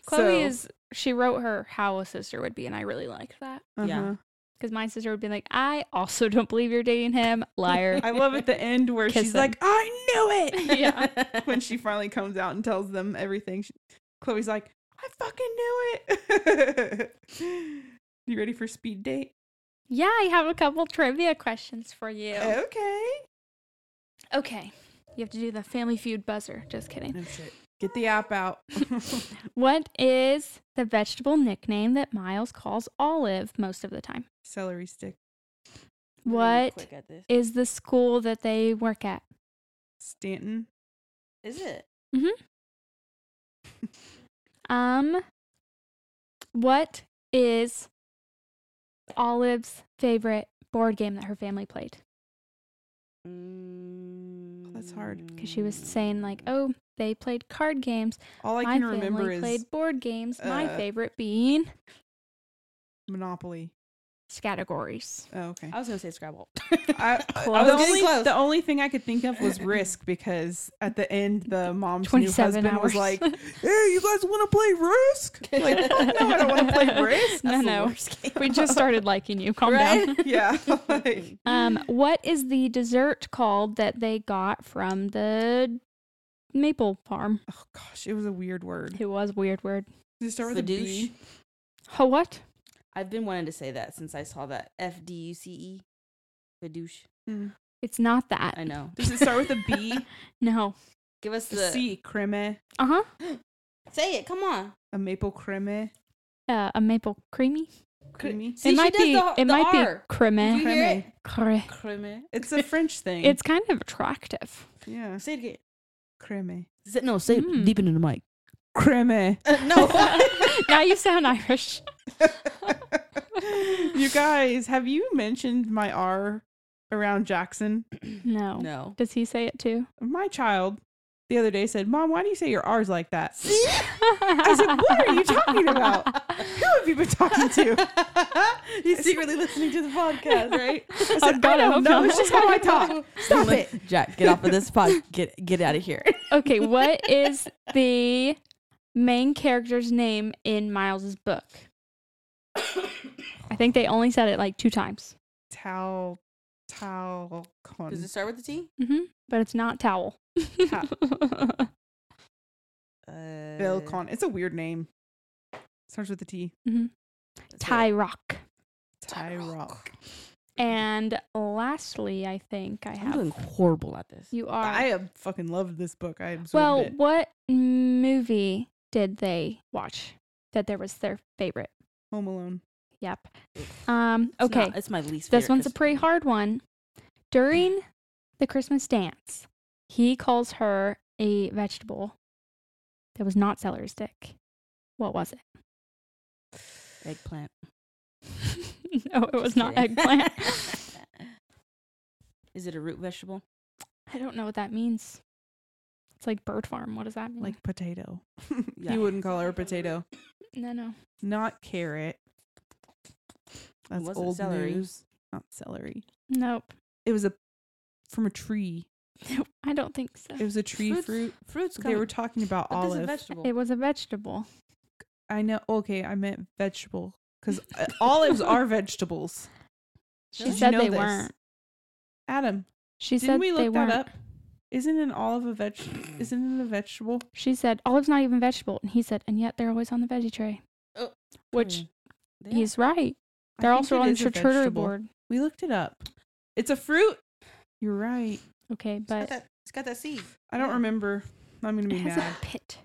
Speaker 4: Chloe
Speaker 3: So-
Speaker 4: is she wrote her how a sister would be, and I really liked that.
Speaker 7: Yeah.
Speaker 3: Uh-huh.
Speaker 4: Because my sister would be like, I also don't believe you're dating him. Liar.
Speaker 3: I love at the end where
Speaker 4: Kiss
Speaker 3: she's
Speaker 4: him.
Speaker 3: like, I knew it
Speaker 4: yeah.
Speaker 3: when she finally comes out and tells them everything. She, Chloe's like, I fucking knew it. you ready for speed date?
Speaker 4: Yeah, I have a couple trivia questions for you.
Speaker 3: Okay.
Speaker 4: Okay. You have to do the family feud buzzer. Just kidding.
Speaker 3: No shit. Get the app out.
Speaker 4: What is the vegetable nickname that Miles calls Olive most of the time?
Speaker 3: Celery stick.
Speaker 7: We're gonna be
Speaker 4: What
Speaker 7: quick at this.
Speaker 4: is the school that they work at?
Speaker 3: Stanton.
Speaker 7: Is it?
Speaker 4: Um what is Olive's favorite board game that her family played?
Speaker 7: Mm,
Speaker 3: that's hard.
Speaker 4: Mm. Because she was saying like, "Oh, They played card games.
Speaker 3: All I
Speaker 4: My
Speaker 3: can
Speaker 4: family
Speaker 3: remember is
Speaker 4: played board games. my
Speaker 3: uh,
Speaker 4: favorite being
Speaker 3: Monopoly.
Speaker 4: categories.
Speaker 3: Oh, okay.
Speaker 2: I was gonna say Scrabble.
Speaker 3: I, I-
Speaker 4: Close.
Speaker 3: The,
Speaker 4: Getting
Speaker 3: only,
Speaker 2: close.
Speaker 3: the only thing I could think of was risk because at the end, the mom's new
Speaker 4: 27
Speaker 3: husband was
Speaker 4: hours.
Speaker 3: like, "Hey, you guys want to play risk?" Like, "Fuck no, I don't want to play risk.
Speaker 4: No, no. We just started liking you. Calm down.
Speaker 3: Yeah, like,
Speaker 4: Um, what is the dessert called that they got from the maple farm?
Speaker 3: oh gosh, it was a weird word.
Speaker 4: It was weird word.
Speaker 3: Does it start with a B?
Speaker 4: Oh, what?
Speaker 2: I've been wanting to say that since I saw that F D U C E. Fadouche.
Speaker 4: It's not that.
Speaker 2: E. I know.
Speaker 3: Hmm. Does it start with a B?
Speaker 4: No.
Speaker 2: Give us
Speaker 3: A
Speaker 2: the
Speaker 3: C, creme,
Speaker 4: Uh huh.
Speaker 2: say it. Come on.
Speaker 3: a maple creme,
Speaker 4: Uh, a maple creamy.
Speaker 3: creamy.
Speaker 2: See,
Speaker 4: it
Speaker 2: she
Speaker 4: might
Speaker 2: does
Speaker 4: be.
Speaker 2: the- the
Speaker 4: it might
Speaker 2: R.
Speaker 4: be
Speaker 2: Did
Speaker 4: creme.
Speaker 2: you hear it?
Speaker 4: Cre-
Speaker 2: Creme.
Speaker 3: It's a French thing.
Speaker 4: It's kind of attractive.
Speaker 3: yeah,
Speaker 2: Say it again.
Speaker 3: creme,
Speaker 2: Say, no, say
Speaker 4: Mm.
Speaker 2: it deep into the mic.
Speaker 3: creme.
Speaker 2: Uh, no.
Speaker 4: now you sound Irish.
Speaker 3: you guys, have you mentioned my R around Jackson?
Speaker 4: No.
Speaker 2: no.
Speaker 4: Does he say it too?
Speaker 3: My child the other day said, Mom, why do you say your R's like that? I said, What are you talking about? Who have you been talking to?
Speaker 2: He's secretly listening to the podcast, right?
Speaker 3: I said, I
Speaker 4: God, I
Speaker 3: don't
Speaker 4: hope
Speaker 3: know.
Speaker 4: not."
Speaker 3: It's just how I talk. Stop
Speaker 2: Like,
Speaker 3: it.
Speaker 7: Jack, get off of this pod. Get get out of here.
Speaker 4: Okay, what is the main character's name in Miles's book? I think they only said it like two times.
Speaker 3: Tal, tal, con.
Speaker 2: Does it start with the T?
Speaker 4: hmm But it's not towel.
Speaker 3: Ta-
Speaker 2: Uh,
Speaker 3: Bill Con. It's a weird name. Starts with a T.
Speaker 4: Ty Rock.
Speaker 3: Tyrock.
Speaker 4: And lastly, I think I
Speaker 7: I'm
Speaker 4: have
Speaker 7: doing horrible at this.
Speaker 4: you are
Speaker 3: I have fucking loved this book. I absorbed
Speaker 4: Well,
Speaker 3: it.
Speaker 4: what movie did they watch that there was their favorite?
Speaker 3: Home Alone.
Speaker 4: Yep. Um, okay.
Speaker 7: it's, my least.
Speaker 4: This one's a pretty hard one.
Speaker 3: Mm.
Speaker 4: During the Christmas dance, he calls her a vegetable that was not celery stick. What was
Speaker 7: eggplant.
Speaker 4: it? no, it was
Speaker 7: Just
Speaker 4: not
Speaker 7: kidding.
Speaker 4: eggplant.
Speaker 7: Is it a root vegetable?
Speaker 4: I don't know what that means. It's like bird farm. What does that mean?
Speaker 3: Like potato.
Speaker 7: Mm. Yeah.
Speaker 3: You wouldn't call her a potato.
Speaker 4: no, no.
Speaker 3: Not carrot. That's
Speaker 7: wasn't
Speaker 3: old
Speaker 7: celery.
Speaker 3: news. Not celery.
Speaker 4: Nope.
Speaker 3: It was a from a tree.
Speaker 4: Nope. I don't think so.
Speaker 3: It was a tree
Speaker 7: Fruits-
Speaker 3: fruit.
Speaker 7: Fruits.
Speaker 3: They were talking about
Speaker 7: But this is
Speaker 3: olive.
Speaker 7: vegetable.
Speaker 4: It was a vegetable.
Speaker 3: I know. Okay, I meant vegetable because olives are vegetables.
Speaker 4: She
Speaker 3: Did you
Speaker 4: said
Speaker 3: know
Speaker 4: they
Speaker 3: this?
Speaker 4: weren't.
Speaker 3: Adam,
Speaker 4: She
Speaker 3: didn't
Speaker 4: said
Speaker 3: we
Speaker 4: they
Speaker 3: look that
Speaker 4: weren't.
Speaker 3: up? Isn't an olive a veg? Isn't it a vegetable?
Speaker 4: She said olive's not even vegetable, and he said, and yet they're always on the veggie tray.
Speaker 2: Oh,
Speaker 4: Which
Speaker 2: Hmm.
Speaker 3: hmm.
Speaker 7: They
Speaker 4: he's right.
Speaker 3: I
Speaker 4: They're
Speaker 3: think
Speaker 4: also
Speaker 3: it
Speaker 4: on the
Speaker 3: is a
Speaker 4: charcuterie
Speaker 3: vegetable.
Speaker 4: board.
Speaker 3: We looked it up. It's a fruit. You're right.
Speaker 4: Okay,
Speaker 2: It's got
Speaker 4: but
Speaker 2: that- it's got that C.
Speaker 3: I don't
Speaker 2: Yeah.
Speaker 3: remember. I'm gonna
Speaker 4: it
Speaker 3: be
Speaker 4: has
Speaker 3: mad.
Speaker 4: a pit.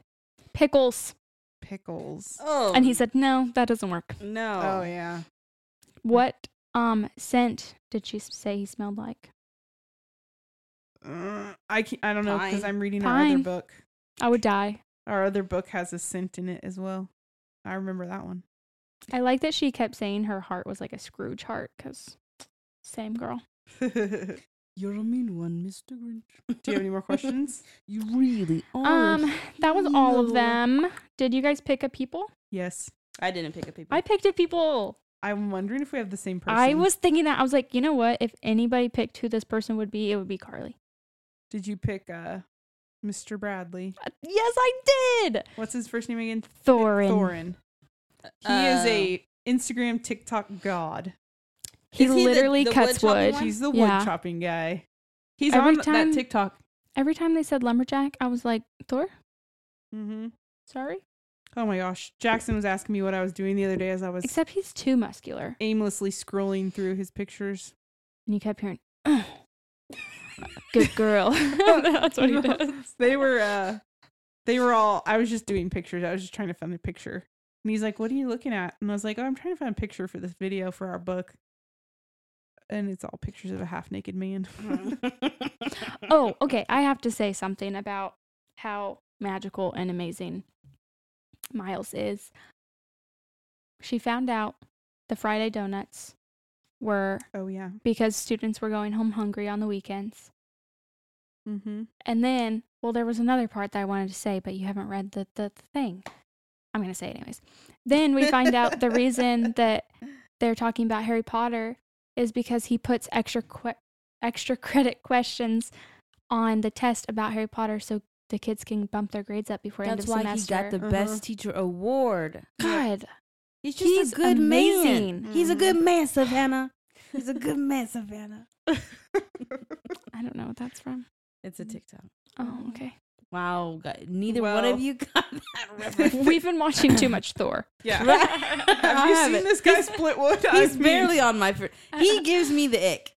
Speaker 4: Pickles.
Speaker 3: Pickles.
Speaker 2: Oh. Mm.
Speaker 4: And he said, no, that doesn't work.
Speaker 2: no.
Speaker 3: Oh yeah.
Speaker 4: What um scent did she s- say he smelled like?
Speaker 3: Uh, I can't, I don't know because
Speaker 2: Pine.
Speaker 3: I'm reading our other
Speaker 4: Pine.
Speaker 3: book.
Speaker 4: I would die.
Speaker 3: Our other book has a scent in it as well. I remember that one.
Speaker 4: I like that she kept saying her heart was like a Scrooge heart because same girl.
Speaker 3: Do
Speaker 7: You're a mean one, Mr. Grinch.
Speaker 3: you have any more questions?
Speaker 7: You really are.
Speaker 4: Um, that was all of
Speaker 7: no.
Speaker 4: them. Did you guys pick a people?
Speaker 3: yes.
Speaker 2: I didn't pick up people.
Speaker 4: I picked a people.
Speaker 3: I'm wondering if we have the same person.
Speaker 4: I was thinking that I was like, you know what? If anybody picked who this person would be, it would be Carly.
Speaker 3: Did you pick uh, Mr. Bradley?
Speaker 4: Uh, Yes, I did.
Speaker 3: What's his first name again?
Speaker 4: Thorin.
Speaker 3: Thorin. He is
Speaker 2: Uh,
Speaker 3: a Instagram TikTok god.
Speaker 4: He
Speaker 2: Is he the-
Speaker 4: literally
Speaker 2: the
Speaker 4: cuts
Speaker 2: wood
Speaker 4: wood.
Speaker 2: chopping one?
Speaker 3: He's the wood
Speaker 4: Yeah.
Speaker 3: chopping guy. He's on
Speaker 4: Every time-
Speaker 3: that TikTok.
Speaker 4: Every time they said lumberjack, I was like, Thor,
Speaker 3: Mm-hmm.
Speaker 4: sorry.
Speaker 3: Oh my gosh. Jackson was asking me what I was doing the other day as I was
Speaker 4: Except he's too muscular.
Speaker 3: aimlessly scrolling through his pictures.
Speaker 4: And you kept hearing, "Ugh." good girl. That's what he does.
Speaker 3: They were uh they were all I was just doing pictures. I was just trying to find a picture. And he's like, What are you looking at? And I was like, Oh, I'm trying to find a picture for this video for our book. And it's all pictures of a half naked man.
Speaker 2: Mm-hmm. Um,
Speaker 4: Oh, okay. I have to say something about how magical and amazing Miles is. She found out the Friday donuts were
Speaker 3: oh yeah.
Speaker 4: because students were going home hungry on the weekends.
Speaker 3: Mm-hmm.
Speaker 4: And then, well, there was another part that I wanted to say, but you haven't read the, the, the thing. I'm going to say it anyways. Then we find out the reason that they're talking about Harry Potter is because he puts extra que- extra credit questions on the test about Harry Potter so the kids can bump their grades up before end
Speaker 2: That's
Speaker 4: of
Speaker 2: why he
Speaker 4: semester.
Speaker 2: got the
Speaker 3: Uh-huh.
Speaker 2: best teacher award.
Speaker 4: God,
Speaker 2: He's just
Speaker 4: he's
Speaker 2: a good man. Mm.
Speaker 4: amazing.
Speaker 2: He's a good man, Savannah. He's a good man, Savannah.
Speaker 4: I don't know what that's from.
Speaker 2: It's a TikTok.
Speaker 4: Oh, okay.
Speaker 2: Wow, gu- neither one
Speaker 3: Well.
Speaker 2: of you got that reference.
Speaker 4: We've been watching too much Thor.
Speaker 3: Yeah.
Speaker 2: Right.
Speaker 3: Have
Speaker 2: I
Speaker 3: you
Speaker 2: have
Speaker 3: seen
Speaker 2: it.
Speaker 3: this guy split wood? I
Speaker 2: He's
Speaker 3: mean,
Speaker 2: barely on my. Fr- he gives me the ick.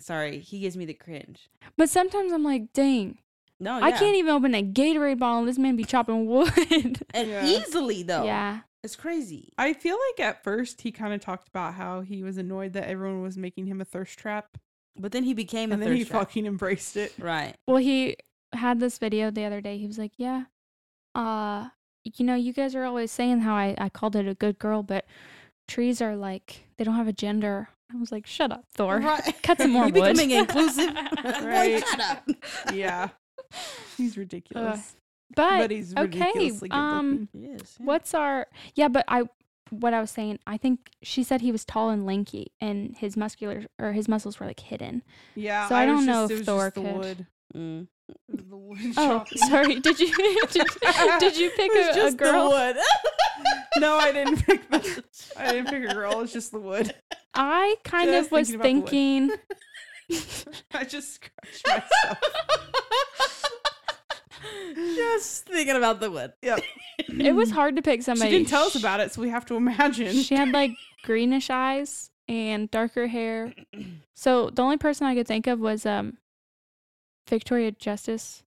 Speaker 2: Sorry, he gives me the cringe.
Speaker 4: But sometimes I'm like, dang,
Speaker 2: No,
Speaker 4: I
Speaker 2: Oh, yeah.
Speaker 4: can't even open a Gatorade bottle. and This man be chopping wood.
Speaker 2: And
Speaker 3: Yeah.
Speaker 2: easily though.
Speaker 4: Yeah.
Speaker 2: it's crazy.
Speaker 3: I feel like at first he kind of talked about how he was annoyed that everyone was making him a thirst trap,
Speaker 2: But then he became
Speaker 3: and
Speaker 2: a
Speaker 3: then he
Speaker 2: thirst trap.
Speaker 3: fucking embraced it.
Speaker 2: Right.
Speaker 4: Well, he had this video the other day. He was like, "Yeah, uh, you know, you guys are always saying how I I called it a good girl, but trees are like they don't have a gender." I was like, "Shut up, Thor.
Speaker 2: Right.
Speaker 4: Cut some more
Speaker 2: You're
Speaker 4: wood."
Speaker 2: becoming inclusive. Boy,
Speaker 3: Right.
Speaker 2: shut up.
Speaker 3: Yeah, he's ridiculous,
Speaker 4: but,
Speaker 3: but he's
Speaker 4: okay.
Speaker 3: ridiculously good
Speaker 4: Um,
Speaker 3: um,
Speaker 2: Yes. yeah.
Speaker 4: what's our? Yeah, but I what I was saying. I think she said he was tall and lanky, and his muscular or his muscles were like hidden.
Speaker 3: Yeah,
Speaker 4: so I
Speaker 3: was
Speaker 4: don't know
Speaker 3: just- it
Speaker 4: if
Speaker 3: was
Speaker 4: Thor
Speaker 3: just the
Speaker 4: could-
Speaker 3: wood.
Speaker 2: Mm.
Speaker 3: It was the wood
Speaker 4: Oh,
Speaker 3: chopping.
Speaker 4: sorry. Did you did, did you pick
Speaker 3: It was
Speaker 4: a, a
Speaker 3: just the
Speaker 4: girl?
Speaker 3: wood. no, I didn't pick that. I didn't pick a girl. It's just the wood.
Speaker 4: I kind
Speaker 3: Yeah, I
Speaker 4: of
Speaker 3: was
Speaker 4: was
Speaker 3: thinking about the wood.
Speaker 4: thinking
Speaker 3: I just scratched myself.
Speaker 2: Just thinking about the wood.
Speaker 3: Yep.
Speaker 4: it was hard to pick
Speaker 3: She
Speaker 4: somebody.
Speaker 3: didn't tell us about it, so we have to imagine.
Speaker 4: She had like greenish eyes and darker hair. So the only person I could think of was um Victoria Justice,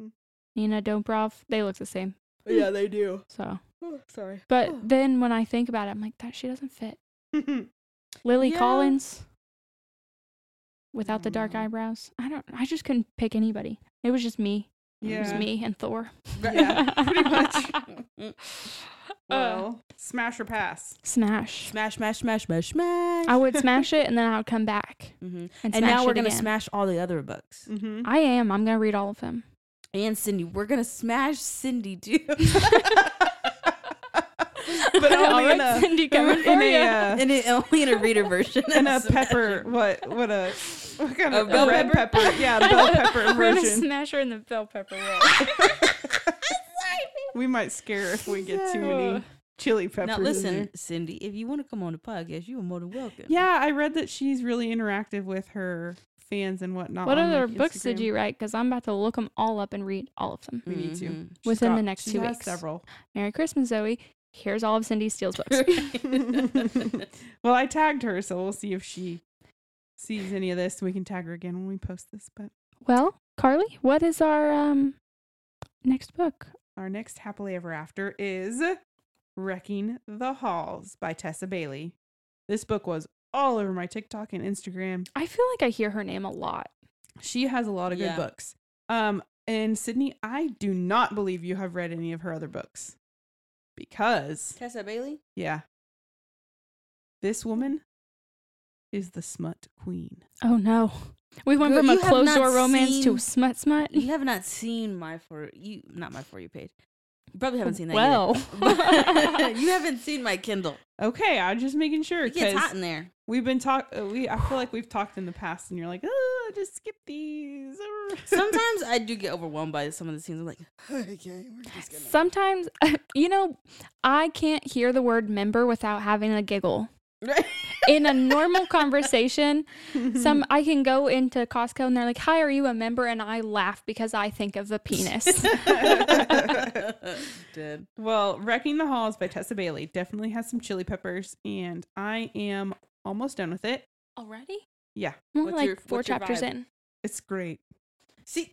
Speaker 3: Hmm.
Speaker 4: Nina Dobrov. They look the same.
Speaker 3: yeah, they do.
Speaker 4: So,
Speaker 2: sorry.
Speaker 4: but then when I think about it, I'm like, that she doesn't fit. Lily
Speaker 2: Yeah.
Speaker 4: Collins without the dark
Speaker 3: Mm.
Speaker 4: eyebrows. I don't. I just couldn't pick anybody. It was just me. It was
Speaker 3: Yeah.
Speaker 4: me and Thor.
Speaker 3: Yeah, pretty much.
Speaker 2: Mm.
Speaker 4: Uh,
Speaker 3: Well, smash or pass.
Speaker 4: smash.
Speaker 2: Smash, smash, smash, smash, smash.
Speaker 4: I would smash it and then I would come back
Speaker 2: hmm
Speaker 4: and smash
Speaker 2: And now
Speaker 4: it
Speaker 2: we're gonna
Speaker 4: again.
Speaker 2: smash all the other books.
Speaker 3: Mm-hmm.
Speaker 4: I am. I'm gonna read all of them.
Speaker 2: And Cindy, we're gonna smash Cindy too.
Speaker 3: But
Speaker 4: All
Speaker 3: only
Speaker 4: right,
Speaker 3: in a,
Speaker 4: Cindy, coming for
Speaker 3: in a,
Speaker 4: ya.
Speaker 3: uh,
Speaker 2: and it, only in a reader version.
Speaker 3: in a
Speaker 2: of
Speaker 3: pepper. What? What a what kind
Speaker 2: A
Speaker 3: of
Speaker 2: bell
Speaker 3: red pepper? Yeah, the bell pepper
Speaker 4: We're gonna
Speaker 3: version.
Speaker 4: smash her in the bell pepper roll.
Speaker 3: We might scare if we get too
Speaker 4: Ugh.
Speaker 3: many chili peppers.
Speaker 2: Now
Speaker 3: in
Speaker 2: listen,
Speaker 3: there.
Speaker 2: Cindy, if you want to come on the podcast, you are more than welcome.
Speaker 3: Yeah, I read that she's really interactive with her fans and whatnot.
Speaker 4: What
Speaker 3: on,
Speaker 4: other
Speaker 3: like,
Speaker 4: books did
Speaker 3: Instagram.
Speaker 4: you write? Because I'm about to look them all up and read all of them.
Speaker 3: We need to.
Speaker 2: Mhm.
Speaker 3: She's
Speaker 4: Within the next
Speaker 3: she
Speaker 4: two
Speaker 3: has
Speaker 4: weeks.
Speaker 3: Several.
Speaker 4: Merry Christmas, Zoe. Here's all of Cindy Steele's books.
Speaker 3: well, I tagged her, so we'll see if she sees any of this. We can tag her again when we post this. But
Speaker 4: well, Carly, what is our um next book?
Speaker 3: our next happily ever after is "Wrecking the Halls" by Tessa Bailey. This book was all over my TikTok and Instagram.
Speaker 4: I feel like I hear her name a lot.
Speaker 3: She has a lot of good
Speaker 2: Yeah.
Speaker 3: books. Um, and Sydney, I do not believe you have read any of her other books because
Speaker 2: Tessa Bailey.
Speaker 3: Yeah. This woman is the smut queen.
Speaker 4: Oh no. We went
Speaker 2: Girl,
Speaker 4: from a
Speaker 2: you have
Speaker 4: closed
Speaker 2: not
Speaker 4: door romance to
Speaker 2: seen-
Speaker 4: smut smut.
Speaker 2: You have not seen my for you, not my for you page. You probably haven't seen that.
Speaker 4: Well.
Speaker 2: either. you haven't seen my Kindle.
Speaker 3: Okay, I'm just making sure
Speaker 2: It gets hot
Speaker 3: because
Speaker 2: in there.
Speaker 3: we've been talk. uh, We I feel like we've talked in the past, and you're like, oh, just skip these.
Speaker 2: Sometimes I do get overwhelmed by some of the scenes. I'm like, okay, we're just gonna.
Speaker 4: Sometimes, you know, I can't hear the word member without having a giggle. In a normal conversation, some I can go into Costco and they're like, "Hi, are you a member?" and I laugh because I think of the penis.
Speaker 2: Dead.
Speaker 3: well, wrecking the halls by Tessa Bailey definitely has some chili peppers, and I am almost done with it.
Speaker 4: Already?
Speaker 3: Yeah,
Speaker 4: I'm only
Speaker 2: What's
Speaker 4: like
Speaker 2: your-
Speaker 4: four
Speaker 2: what's your
Speaker 4: chapters
Speaker 2: vibe?
Speaker 4: in.
Speaker 3: it's great.
Speaker 2: See,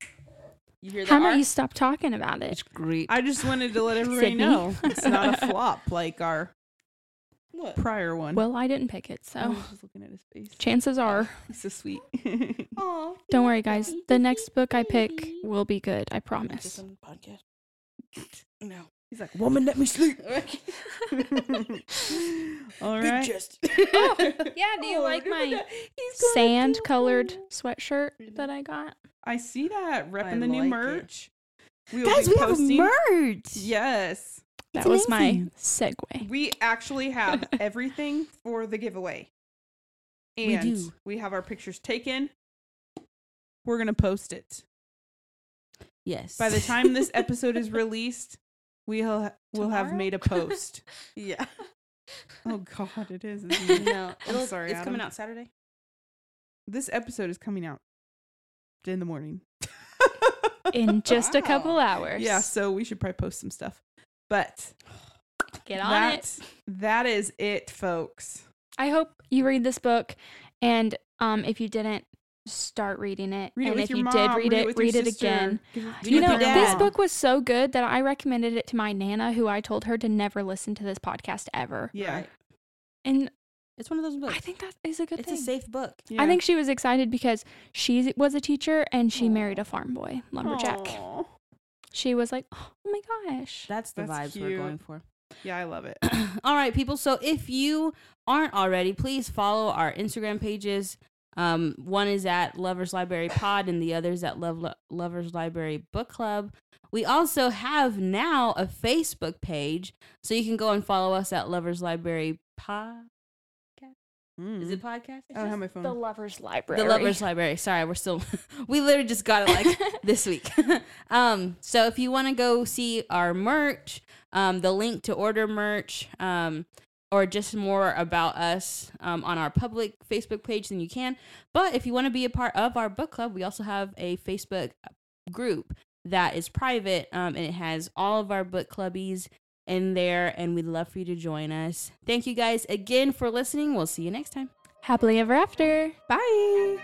Speaker 2: you hear that?
Speaker 4: How about
Speaker 2: R?
Speaker 4: you stop talking about it?
Speaker 2: great.
Speaker 3: I just wanted to let everybody
Speaker 4: Sydney.
Speaker 3: know it's not a flop like our
Speaker 2: what?
Speaker 3: prior one. Oh.
Speaker 4: Well, I didn't pick it,
Speaker 3: I
Speaker 4: so
Speaker 3: was just looking at his face.
Speaker 4: chances are.
Speaker 3: He's so sweet.
Speaker 2: Oh,
Speaker 4: Don't worry, guys. The next book I pick will be good. I promise.
Speaker 2: podcast. No.
Speaker 3: He's like, woman, let me sleep. All right.
Speaker 4: Oh, yeah, do you
Speaker 3: Oh,
Speaker 7: Oh,
Speaker 4: like my
Speaker 7: gonna
Speaker 4: sand colored sweatshirt that I got?
Speaker 3: I see that repping
Speaker 2: I
Speaker 3: the new
Speaker 2: like it.
Speaker 3: merch. We
Speaker 7: Guys, we have
Speaker 3: posting-
Speaker 7: merch.
Speaker 3: Yes.
Speaker 4: That
Speaker 7: It's
Speaker 4: was my
Speaker 7: amazing.
Speaker 4: segue.
Speaker 3: We actually have everything for the giveaway.
Speaker 7: We
Speaker 3: And we,
Speaker 7: do.
Speaker 3: have our pictures taken. We're going to post it.
Speaker 7: Yes.
Speaker 3: By the time this episode is released, we'll we'll have
Speaker 4: Tomorrow?
Speaker 3: made a post.
Speaker 7: yeah.
Speaker 3: oh god, it is. isn't it?
Speaker 7: No,
Speaker 3: I'm sorry.
Speaker 2: it's coming
Speaker 3: Adam.
Speaker 2: out Saturday.
Speaker 3: This episode is coming out in the morning.
Speaker 4: In just a couple hours.
Speaker 3: Yeah, so we should probably post some stuff. But
Speaker 4: Get on
Speaker 3: that,
Speaker 4: it.
Speaker 3: that is it, folks.
Speaker 4: I hope you read this book and um if you didn't start reading it
Speaker 3: Read it
Speaker 4: and
Speaker 3: with
Speaker 4: if
Speaker 3: your
Speaker 4: you
Speaker 3: mom,
Speaker 4: did read it
Speaker 3: with your
Speaker 4: read it
Speaker 3: sister,
Speaker 4: again
Speaker 3: give it-
Speaker 7: Do
Speaker 3: read
Speaker 4: you
Speaker 3: it with
Speaker 4: know
Speaker 3: your
Speaker 4: this
Speaker 3: dad.
Speaker 4: book was so good that i recommended it to my nana who i told her to never listen to this podcast ever
Speaker 3: Yeah.
Speaker 2: Right.
Speaker 4: and
Speaker 2: It's one of those books.
Speaker 4: i think that is a good
Speaker 2: it's
Speaker 4: thing
Speaker 2: a safe book.
Speaker 4: i think she was excited because she was a teacher and she married a farm boy lumberjack
Speaker 3: Aw.
Speaker 4: she was like oh my gosh
Speaker 2: That's the
Speaker 3: That's
Speaker 2: vibes we're
Speaker 3: cute.
Speaker 2: going for.
Speaker 3: Yeah, I love it.
Speaker 2: All right, people. So if you aren't already, please follow our Instagram pages. Um, one is at Lovers Library Pod, and the other is at Love Lo- Lovers Library Book Club. We also have now a Facebook page, so you can go and follow us at Lovers Library Pod. Is it podcast?
Speaker 3: Mm. Mm-hmm. I don't have my phone.
Speaker 4: the lovers library
Speaker 2: The Lovers Library. Sorry, we're still we literally just got it like this week. um, so if you want to go see our merch, um, the link to order merch, um, or just more about us um, on our public Facebook page, then you can. But if you want to be a part of our book club, we also have a Facebook group that is private, um, and it has all of our book clubbies in there, and we'd love for you to join us. Thank you guys again for listening. We'll see you next time.
Speaker 4: happily ever after
Speaker 3: Bye.